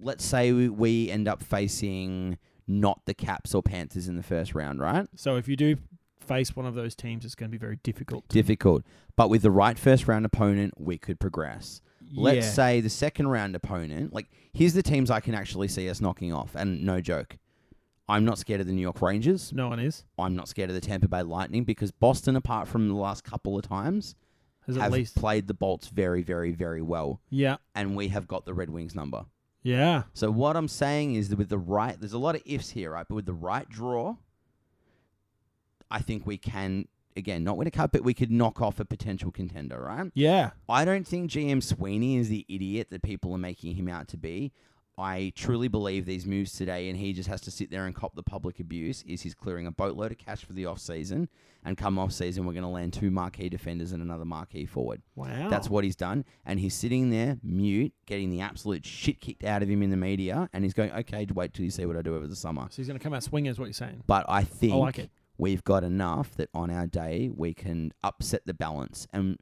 Speaker 2: Let's say we, we end up facing not the Caps or Panthers in the first round, right?
Speaker 1: So if you do face one of those teams, it's going to be very difficult.
Speaker 2: Difficult. But with the right first round opponent, we could progress. Let's
Speaker 1: Yeah.
Speaker 2: say the second round opponent, like here's the teams I can actually see us knocking off, and no joke. I'm not scared of the New York Rangers.
Speaker 1: No one is.
Speaker 2: I'm not scared of the Tampa Bay Lightning because Boston, apart from the last couple of times,
Speaker 1: Has at
Speaker 2: have
Speaker 1: least.
Speaker 2: played the Bolts very, very, very well,
Speaker 1: yeah.
Speaker 2: and we have got the Red Wings number.
Speaker 1: Yeah.
Speaker 2: So what I'm saying is that with the right, there's a lot of ifs here, right? But with the right draw, I think we can again not win a cup, but we could knock off a potential contender, right?
Speaker 1: Yeah.
Speaker 2: I don't think GM Sweeney is the idiot that people are making him out to be. I truly believe these moves today, and he just has to sit there and cop the public abuse. Is he's clearing a boatload of cash for the off season, and come off season, we're going to land two marquee defenders and another marquee forward.
Speaker 1: Wow.
Speaker 2: That's what he's done. And he's sitting there, mute, getting the absolute shit kicked out of him in the media. And he's going, okay, wait till you see what I do over the summer.
Speaker 1: So he's going to come out swinging, is what you're saying.
Speaker 2: But I think
Speaker 1: like it.
Speaker 2: we've got enough that on our day, we can upset the balance. And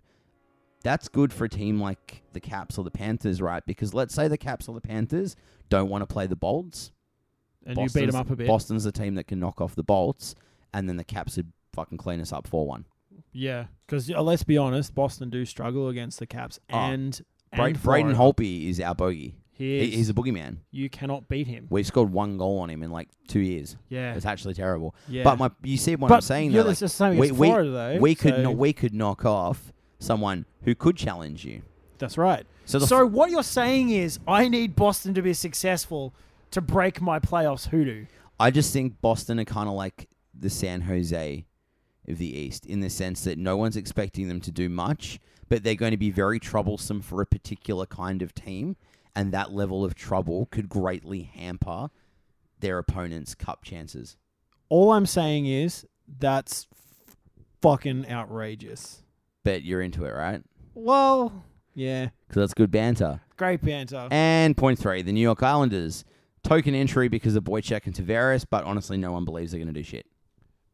Speaker 2: that's good for a team like the Caps or the Panthers, right? Because let's say the Caps or the Panthers don't want to play the Bolts.
Speaker 1: And you beat him
Speaker 2: Boston's-
Speaker 1: up a bit.
Speaker 2: Boston's the team that can knock off the Bolts. And then the Caps would fucking clean us up 4 1.
Speaker 1: Yeah. Because let's be honest, Boston do struggle against the Caps
Speaker 2: Ah.
Speaker 1: and.
Speaker 2: Bra-
Speaker 1: and
Speaker 2: Braden
Speaker 1: Florida.
Speaker 2: Holtby is our bogey.
Speaker 1: He
Speaker 2: He-
Speaker 1: is.
Speaker 2: he's a boogeyman.
Speaker 1: You cannot beat him.
Speaker 2: We've scored one goal on him in like two years.
Speaker 1: Yeah.
Speaker 2: It's actually terrible.
Speaker 1: Yeah.
Speaker 2: But my, you see what
Speaker 1: But
Speaker 2: I'm saying?
Speaker 1: you're
Speaker 2: though,
Speaker 1: the same
Speaker 2: we,
Speaker 1: as
Speaker 2: we,
Speaker 1: Florida, though,
Speaker 2: we could
Speaker 1: so-
Speaker 2: no, we could knock off someone who could challenge you.
Speaker 1: That's right.
Speaker 2: So the
Speaker 1: so what you're saying is, I need Boston to be successful to break my playoffs hoodoo.
Speaker 2: I just think Boston are kind of like the San Jose of the East in the sense that no one's expecting them to do much, but they're going to be very troublesome for a particular kind of team, and that level of trouble could greatly hamper their opponent's cup chances.
Speaker 1: All I'm saying is that's f- fucking outrageous.
Speaker 2: Bet you're into it, right?
Speaker 1: Well, yeah,
Speaker 2: Because that's good banter.
Speaker 1: great banter.
Speaker 2: And point three, the New York Islanders. Token entry because of Boychuk and Tavares, but honestly, no one believes they're going to do shit.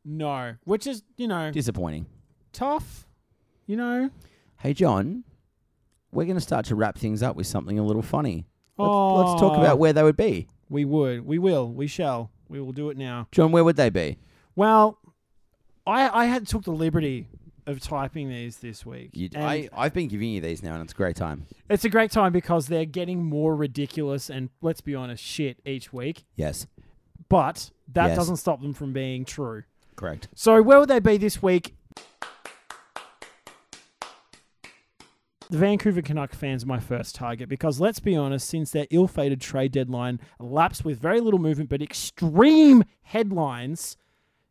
Speaker 1: no, which is you know
Speaker 2: Disappointing.
Speaker 1: tough. You know,
Speaker 2: Hey, John, we're going to start to wrap things up with something a little funny. Let's, let's
Speaker 1: Oh.
Speaker 2: talk about where they would be.
Speaker 1: we would, we will, we shall, we will do it now.
Speaker 2: John, where would they be?
Speaker 1: Well, I I had took the liberty of typing these this week.
Speaker 2: You,
Speaker 1: and
Speaker 2: I, I've been giving you these now, and it's a great time.
Speaker 1: it's a great time because they're getting more ridiculous and let's be honest, shit each week.
Speaker 2: Yes,
Speaker 1: But that
Speaker 2: Yes.
Speaker 1: doesn't stop them from being true.
Speaker 2: correct.
Speaker 1: So where would they be this week? The Vancouver Canuck fans are my first target because let's be honest, since their ill-fated trade deadline lapsed with very little movement but extreme headlines,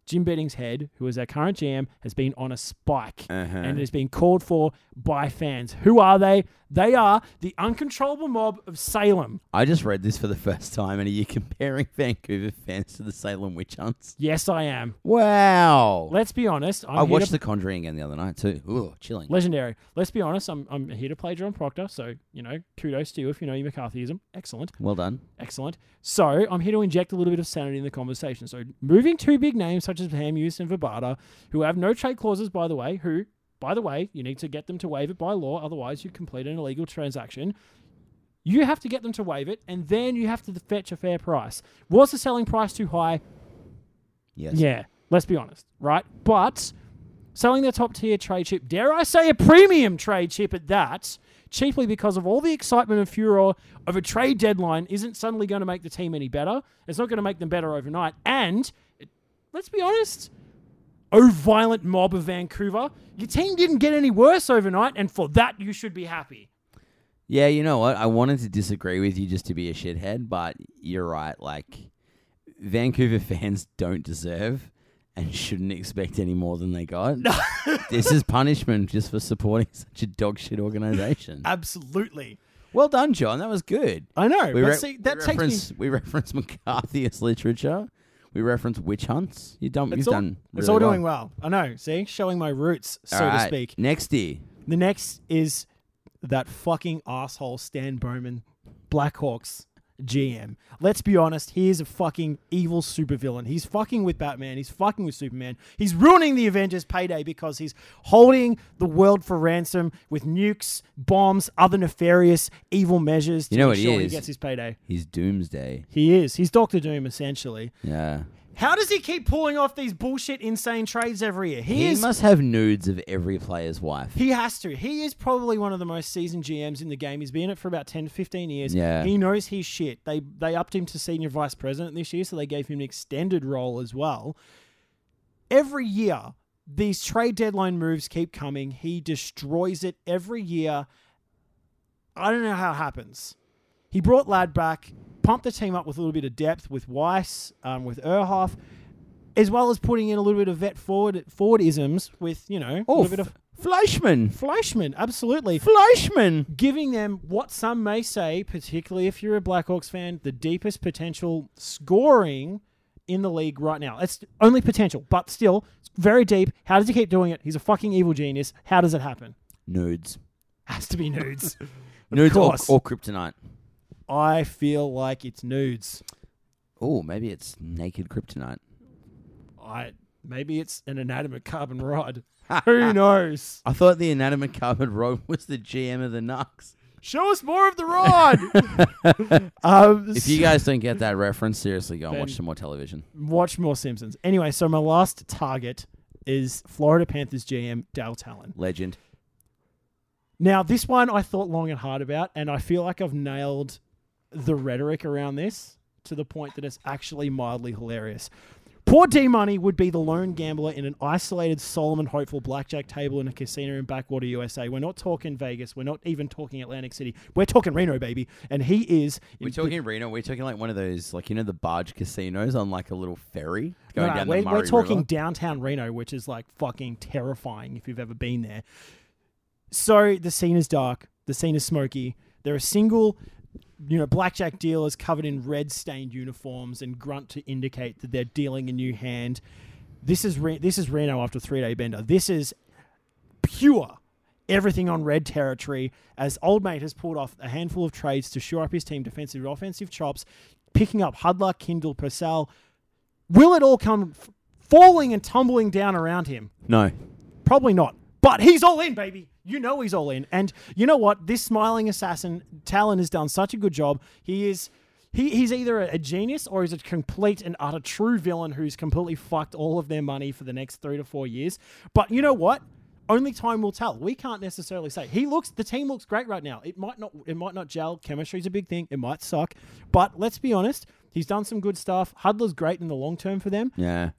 Speaker 1: Jim Bedding's head, who is our current GM, has been on a spike and
Speaker 2: Uh-huh.
Speaker 1: it is being called for by fans. Who are they? They are the uncontrollable mob of Salem.
Speaker 2: I just read this for the (laughs) first time, and are you comparing (laughs) Vancouver fans to the Salem witch hunts?
Speaker 1: Yes, I am.
Speaker 2: Wow.
Speaker 1: Let's be honest. I'm
Speaker 2: I
Speaker 1: here to
Speaker 2: watched The Conjuring again the other night, too. Ooh, chilling.
Speaker 1: Legendary. Let's be honest, I'm, I'm here to play John Proctor, so, you know, kudos to you if you know your McCarthyism. Excellent,
Speaker 2: well done.
Speaker 1: excellent. So, I'm here to inject a little bit of sanity in the conversation. So, moving two big names such as Hamuse and Verbata, who have no trade clauses, by the way, who, by the way, you need to get them to waive it by law, otherwise, you complete an illegal transaction. You have to get them to waive it, and then you have to fetch a fair price. Was the selling price too high?
Speaker 2: Yes.
Speaker 1: Yeah, let's be honest, right? But selling their top tier trade chip, dare I say a premium trade chip at that, cheaply because of all the excitement and furor of a trade deadline isn't suddenly going to make the team any better. It's not going to make them better overnight. And it- let's be honest, oh violent mob of Vancouver, your team didn't get any worse overnight, and for that you should be happy.
Speaker 2: Yeah, you know what? I wanted to disagree with you just to be a shithead, but you're right. Like, Vancouver (laughs) fans don't deserve and shouldn't expect any more than they got. this is punishment just for supporting (laughs) such a dog
Speaker 1: (laughs)
Speaker 2: shit organization.
Speaker 1: Absolutely.
Speaker 2: well done, John. That was good.
Speaker 1: I know. but
Speaker 2: re-
Speaker 1: see, that
Speaker 2: we
Speaker 1: takes me.
Speaker 2: reference, we reference (laughs) McCarthyist literature. We reference witch hunts. You done,
Speaker 1: It's
Speaker 2: you've
Speaker 1: all,
Speaker 2: done.
Speaker 1: it's
Speaker 2: really
Speaker 1: all doing well. I know. See, showing my roots, so
Speaker 2: All
Speaker 1: to
Speaker 2: right,
Speaker 1: speak.
Speaker 2: Next year.
Speaker 1: The next is that fucking asshole Stan Bowman, Blackhawks GM. Let's be honest, he is a fucking evil supervillain. He's fucking with Batman. He's fucking with Superman. He's ruining the Avengers payday because he's holding the world for ransom with nukes, bombs, other nefarious evil measures. To
Speaker 2: You know
Speaker 1: make
Speaker 2: what he
Speaker 1: sure
Speaker 2: is?
Speaker 1: He gets his payday.
Speaker 2: He's doomsday.
Speaker 1: He is. He's Doctor Doom essentially.
Speaker 2: Yeah.
Speaker 1: How does he keep pulling off these bullshit, insane trades every year? He,
Speaker 2: He
Speaker 1: is.
Speaker 2: must have nudes of every player's wife.
Speaker 1: He has to. He is probably one of the most seasoned GMs in the game. He's been in it for about 10 15 years.
Speaker 2: Yeah.
Speaker 1: He knows his shit. They they upped him to senior vice president this year, so they gave him an extended role as well. Every year, these trade deadline moves keep coming. He destroys it every year. I don't know how it happens. He brought Ladd back, pumped the team up with a little bit of depth with Weiss, um, with Erhoff, as well as putting in a little bit of vet forward forwardisms with, you know, a
Speaker 2: Oh,
Speaker 1: little bit of
Speaker 2: Fleischman.
Speaker 1: Fleischman, absolutely.
Speaker 2: Fleischman.
Speaker 1: Giving them what some may say, particularly if you're a Blackhawks fan, the deepest potential scoring in the league right now. It's only potential, but still, it's very deep. How does he keep doing it? He's a fucking evil genius. How does it happen? (laughs)
Speaker 2: Nudes.
Speaker 1: Has to be nudes.
Speaker 2: Nudes or,
Speaker 1: course.
Speaker 2: or kryptonite.
Speaker 1: (laughs) I feel like it's nudes.
Speaker 2: Oh, maybe it's naked kryptonite.
Speaker 1: I maybe it's an anatomic carbon (laughs) rod. Who knows?
Speaker 2: I thought the anatomic carbon robe was the GM of the Nux.
Speaker 1: Show us more of the rod. (laughs) um,
Speaker 2: If you guys don't get that reference, seriously, go and
Speaker 1: Ben. Mm.
Speaker 2: watch some more television.
Speaker 1: watch more Simpsons. Anyway, so my last target is Florida Panthers GM Dale Talon.
Speaker 2: Legend.
Speaker 1: Now, this one I thought long and hard about, and I feel like I've nailed the rhetoric around this to the point that it's actually mildly hilarious. Poor D Money would be the lone gambler in an isolated, solemn, and hopeful blackjack table in a casino in Backwater, USA. We're not talking Vegas. We're not even talking Atlantic City. We're talking Reno, baby. And he is.
Speaker 2: We're talking Reno. We're talking like one of those, like you know, the barge casinos on like a little ferry going
Speaker 1: No,
Speaker 2: down
Speaker 1: we're,
Speaker 2: the
Speaker 1: we're
Speaker 2: Murray
Speaker 1: talking
Speaker 2: River.
Speaker 1: downtown Reno, which is like fucking terrifying if you've ever been there. So the scene is dark. The scene is smoky. There are single, you know, blackjack dealers covered in red stained uniforms and grunt to indicate that they're dealing a new hand. This is Re- this is Reno after three day bender. This is pure everything on red territory as old mate has pulled off a handful of trades to shore up his team defensive and offensive chops, picking up Hudler, Kindle, Purcell. Will it all come f- falling and tumbling down around him?
Speaker 2: No,
Speaker 1: Probably not. But he's all in, baby. You know he's all in. And you know what? This smiling assassin, Talon, has done such a good job. He is. He, he's either a, a genius or he's a complete and utter true villain who's completely fucked all of their money for the next three to four years. But you know what? Only time will tell. We can't necessarily say. He looks the team looks great right now. It might not it might not gel. Chemistry's a big thing. It might suck. But let's be honest, he's done some good stuff. Hudler's great in the long term for them
Speaker 2: yeah.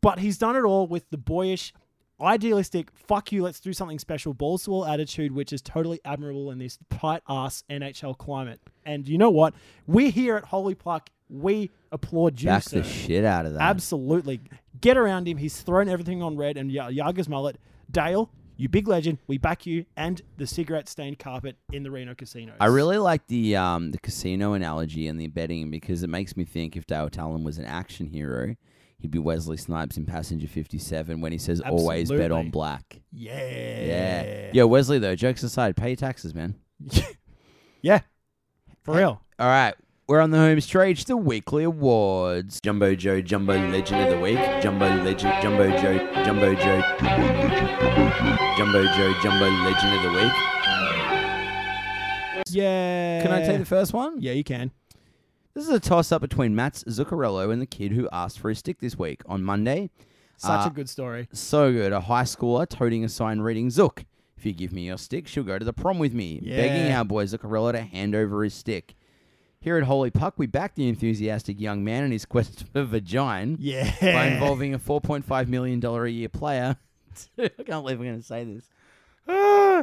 Speaker 1: but he's done it all with the boyish, idealistic "fuck you, let's do something special" balls to all attitude, which is totally admirable in this tight ass NHL climate. And you know what? We're here at Holy Pluck. We applaud you,
Speaker 2: Back
Speaker 1: sir.
Speaker 2: the shit out of that.
Speaker 1: Absolutely, get around him. He's thrown everything on red and Ya- Yager's mullet. Dale, you big legend. We back you and the cigarette-stained carpet in the Reno casinos.
Speaker 2: I really like the um, the casino analogy and the betting because it makes me think if Dale Talon was an action hero, he'd be Wesley Snipes in Passenger 57 when he says always bet
Speaker 1: Absolutely.
Speaker 2: on black.
Speaker 1: yeah,
Speaker 2: Yeah. Yo, Wesley, though, jokes aside, pay your taxes, man.
Speaker 1: yeah, (laughs) yeah, for real.
Speaker 2: All right. We're on the home stretch, the weekly awards. Jumbo Joe, Jumbo Legend of the Week. Jumbo Legend, Jumbo Joe, Jumbo Joe. Jumbo Joe, Jumbo Legend of the Week.
Speaker 1: Yeah.
Speaker 2: Can I take the first one?
Speaker 1: Yeah, you can.
Speaker 2: This is a toss up between Matt's Zuccarello and the kid who asked for his stick this week on Monday.
Speaker 1: Such
Speaker 2: Uh,
Speaker 1: a good story.
Speaker 2: So good. A high schooler toting a sign reading Zook. If you give me your stick, she'll go to the prom with me. Begging
Speaker 1: Yeah.
Speaker 2: our boy Zuccarello to hand over his stick. Here at Holy Puck, we back the enthusiastic young man in his quest (laughs) for vagina
Speaker 1: Yeah.
Speaker 2: by involving a $4.5 million a year player. (laughs) I can't believe I'm going to say this.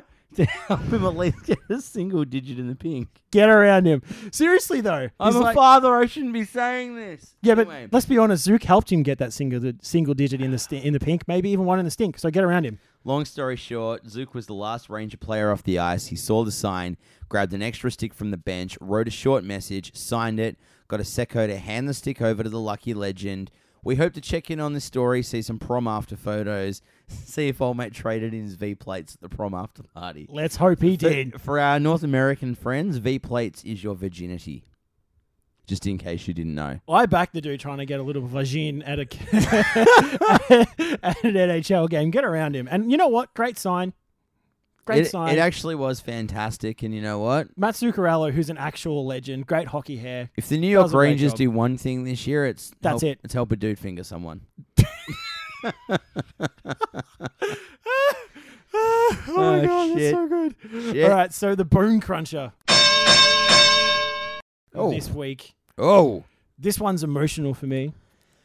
Speaker 2: (laughs) Ah, to help him at least get a single digit in the pink.
Speaker 1: Get around him. Seriously though,
Speaker 2: I'm
Speaker 1: he's
Speaker 2: a
Speaker 1: like-
Speaker 2: father. I shouldn't be saying this.
Speaker 1: Yeah, but
Speaker 2: Anyway.
Speaker 1: let's be honest. Zook helped him get that single single digit in the sti- in the pink, maybe even one in the stink. So get around him.
Speaker 2: Long story short, Zook was the last Ranger player off the ice. He saw the sign, grabbed an extra stick from the bench, wrote a short message, signed it, got a secco to hand the stick over to the lucky legend. We hope to check in on this story, see some prom after photos, (laughs) see if old mate traded in his V plates at the prom after party.
Speaker 1: Let's hope he
Speaker 2: For-
Speaker 1: did.
Speaker 2: For our North American friends, V plates is your virginity. Just in case you didn't know.
Speaker 1: I backed the dude trying to get a little vagine at a (laughs) at an NHL game. Get around him, and you know what? Great sign. Great
Speaker 2: it,
Speaker 1: sign.
Speaker 2: it actually was fantastic, and you know what?
Speaker 1: Matt Zuccarello, who's an actual legend, great hockey hair.
Speaker 2: If the New
Speaker 1: Does
Speaker 2: York
Speaker 1: a great
Speaker 2: Rangers
Speaker 1: job.
Speaker 2: do one thing this year, it's
Speaker 1: That's
Speaker 2: help-
Speaker 1: it.
Speaker 2: It's help a dude finger someone.
Speaker 1: (laughs) oh my
Speaker 2: Oh,
Speaker 1: god, that's
Speaker 2: shit.
Speaker 1: so good.
Speaker 2: Shit.
Speaker 1: All right, so the bone cruncher
Speaker 2: Oh,
Speaker 1: this week.
Speaker 2: oh!
Speaker 1: This one's emotional for me,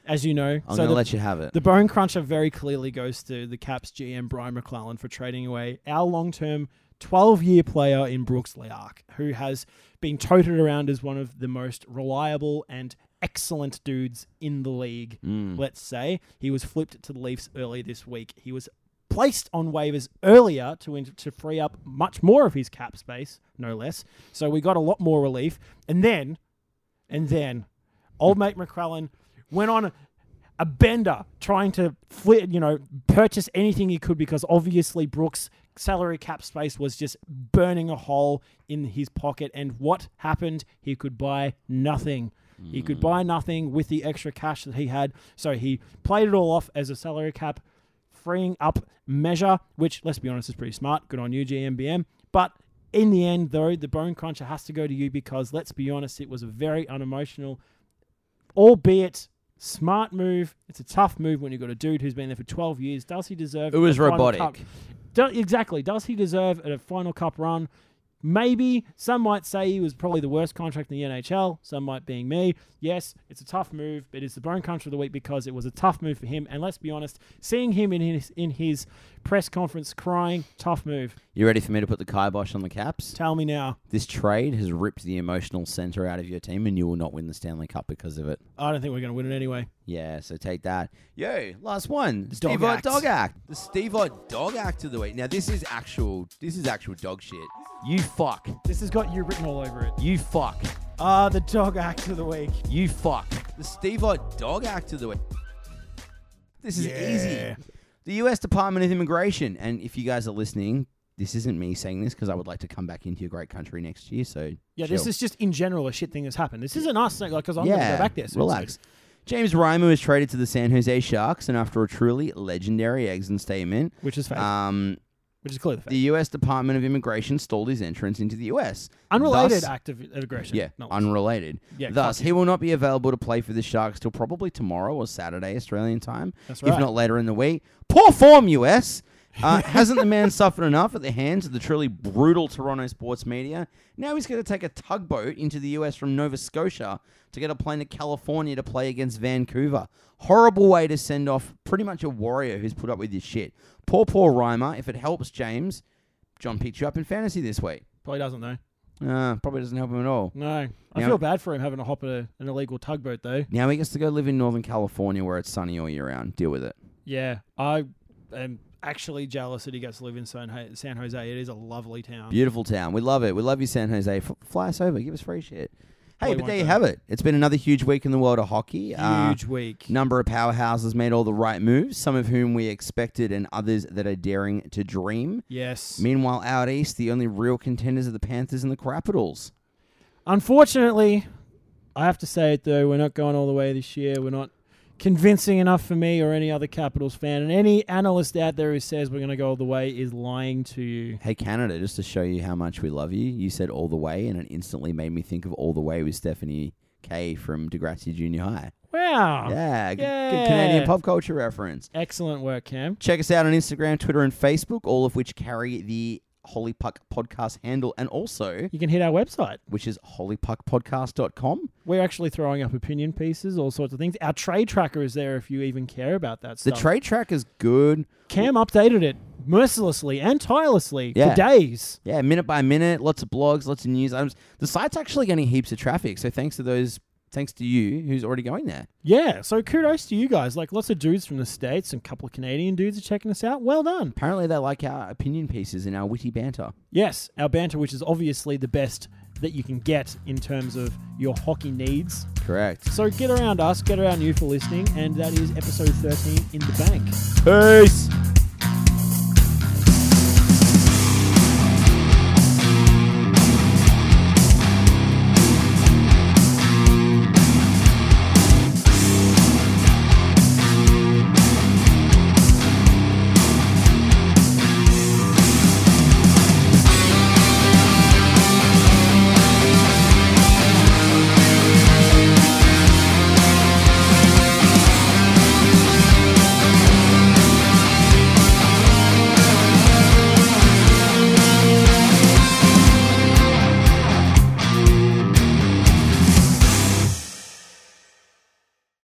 Speaker 1: as you know.
Speaker 2: I'm
Speaker 1: so
Speaker 2: gonna
Speaker 1: the,
Speaker 2: let you have it.
Speaker 1: The bone cruncher very clearly goes to the Caps GM Brian McClellan for trading away our long term 12 year player in Brooks Leark, who has been toted around as one of the most reliable and excellent dudes in the league,
Speaker 2: Mm.
Speaker 1: let's say. He was flipped to the Leafs early this week. He was placed on waivers earlier to, in- to free up much more of his cap space, no less. So we got a lot more relief. And then, and then, old mate McClellan went on a bender trying to flit, you know, purchase anything he could because obviously Brooks' salary cap space was just burning a hole in his pocket. And what happened? He could buy nothing. He could buy nothing with the extra cash that he had. So he played it all off as a salary cap freeing up measure, which let's be honest is pretty smart. Good on you, GMBM. But in the end, though, the bone cruncher has to go to you because let's be honest, it was a very unemotional, albeit smart move. It's a tough move when you've got a dude who's been there for 12 years. Does he deserve
Speaker 2: It was
Speaker 1: a final
Speaker 2: robotic.
Speaker 1: cup? Do- exactly. Does he deserve a final cup run? Maybe some might say he was probably the worst contract in the NHL, some might being me. Yes, it's a tough move, but it's the Bone Cruncher of the Week because it was a tough move for him. And let's be honest, seeing him in his, in his press conference crying, tough move.
Speaker 2: You ready for me to put the kibosh on the caps?
Speaker 1: Tell me now.
Speaker 2: This trade has ripped the emotional center out of your team, and you will not win the Stanley Cup because of it.
Speaker 1: I don't think we're going to win it anyway.
Speaker 2: Yeah, so take that. Yo, last one.
Speaker 1: Dog
Speaker 2: Steve Ott
Speaker 1: act.
Speaker 2: Dog Act. The Steve Ott Dog Act of the week. Now this is actual this is actual dog shit. You fuck.
Speaker 1: This has got you written all over it.
Speaker 2: You fuck.
Speaker 1: Ah, the dog act of the week.
Speaker 2: You fuck. The Steve Ott Dog Act of the week. This is
Speaker 1: Yeah.
Speaker 2: easy. The US Department of Immigration. And if you guys are listening, this isn't me saying this because I would like to come back into your great country next year. So
Speaker 1: Yeah, this
Speaker 2: chill.
Speaker 1: is just in general a shit thing that's happened. This isn't us, like, because I'm going to go back there soon.
Speaker 2: Relax.
Speaker 1: so-
Speaker 2: James Reimer was traded to the San Jose Sharks, and after a truly legendary exit statement,
Speaker 1: Which is fake.
Speaker 2: um,
Speaker 1: which is clearly fake.
Speaker 2: the U.S. Department of Immigration stalled his entrance into the U.S.
Speaker 1: Unrelated
Speaker 2: Thus-
Speaker 1: act of of aggression.
Speaker 2: yeah,
Speaker 1: Not-
Speaker 2: unrelated.
Speaker 1: Yeah,
Speaker 2: Thus,
Speaker 1: fuck
Speaker 2: he will not be available to play for the Sharks till probably tomorrow or Saturday Australian time,
Speaker 1: That's
Speaker 2: if
Speaker 1: right.
Speaker 2: not later in the week. Poor form, U.S.
Speaker 1: (laughs)
Speaker 2: Uh, hasn't the man suffered enough at the hands of the truly brutal Toronto sports media? Now he's going to take a tugboat into the U.S. from Nova Scotia to get a plane to California to play against Vancouver. Horrible way to send off pretty much a warrior who's put up with this shit. Poor, poor Reimer. If it helps James, John picked you up in fantasy this week.
Speaker 1: probably doesn't though.
Speaker 2: Uh, probably doesn't help him at all.
Speaker 1: No, I
Speaker 2: Now-
Speaker 1: feel bad for him having to hop at a, an illegal tugboat though.
Speaker 2: Now he gets to go live in Northern California where it's sunny all year round. Deal with it.
Speaker 1: Yeah, I am actually jealous that he gets to live in San, Ho- San Jose. It is a lovely town.
Speaker 2: Beautiful town. We love it. We love you, San Jose. F- fly us over. Give us free shit. Hey,
Speaker 1: Probably
Speaker 2: but
Speaker 1: won't
Speaker 2: there you
Speaker 1: though.
Speaker 2: have it. It's been another huge week in the world of hockey. Uh,
Speaker 1: Huge week.
Speaker 2: number of powerhouses made all the right moves, some of whom we expected and others that are daring to dream.
Speaker 1: Yes.
Speaker 2: Meanwhile, out east, the only real contenders are the Panthers and the Capitals.
Speaker 1: Unfortunately, I have to say it though, we're not going all the way this year. We're not convincing enough for me or any other Capitals fan. And any analyst out there who says we're going to go all the way is lying to you.
Speaker 2: Hey, Canada, just to show you how much we love you, you said all the way, and it instantly made me think of all the way with Stephanie K from Degrassi Junior High.
Speaker 1: Wow.
Speaker 2: Yeah, good, good
Speaker 1: Yeah.
Speaker 2: Canadian pop culture reference.
Speaker 1: Excellent work, Cam.
Speaker 2: Check us out on Instagram, Twitter, and Facebook, all of which carry the Holy Puck Podcast handle, and also
Speaker 1: You can hit our website.
Speaker 2: which is holypuckpodcast.com.
Speaker 1: We're actually throwing up opinion pieces, all sorts of things. Our trade tracker is there if you even care about that
Speaker 2: The
Speaker 1: stuff.
Speaker 2: trade track is good.
Speaker 1: Cam updated it mercilessly and tirelessly
Speaker 2: Yeah.
Speaker 1: for days.
Speaker 2: Yeah, minute by minute, lots of blogs, lots of news items. The site's actually getting heaps of traffic, so thanks to those, thanks to you who's already going there.
Speaker 1: Yeah, so kudos to you guys. Like lots of dudes from the States and a couple of Canadian dudes are checking us out. Well done.
Speaker 2: Apparently, they like our opinion pieces and our witty banter.
Speaker 1: Yes, our banter, which is obviously the best that you can get in terms of your hockey needs.
Speaker 2: Correct.
Speaker 1: So get around us, get around you for listening, and that is episode 13 in the bank.
Speaker 2: Peace.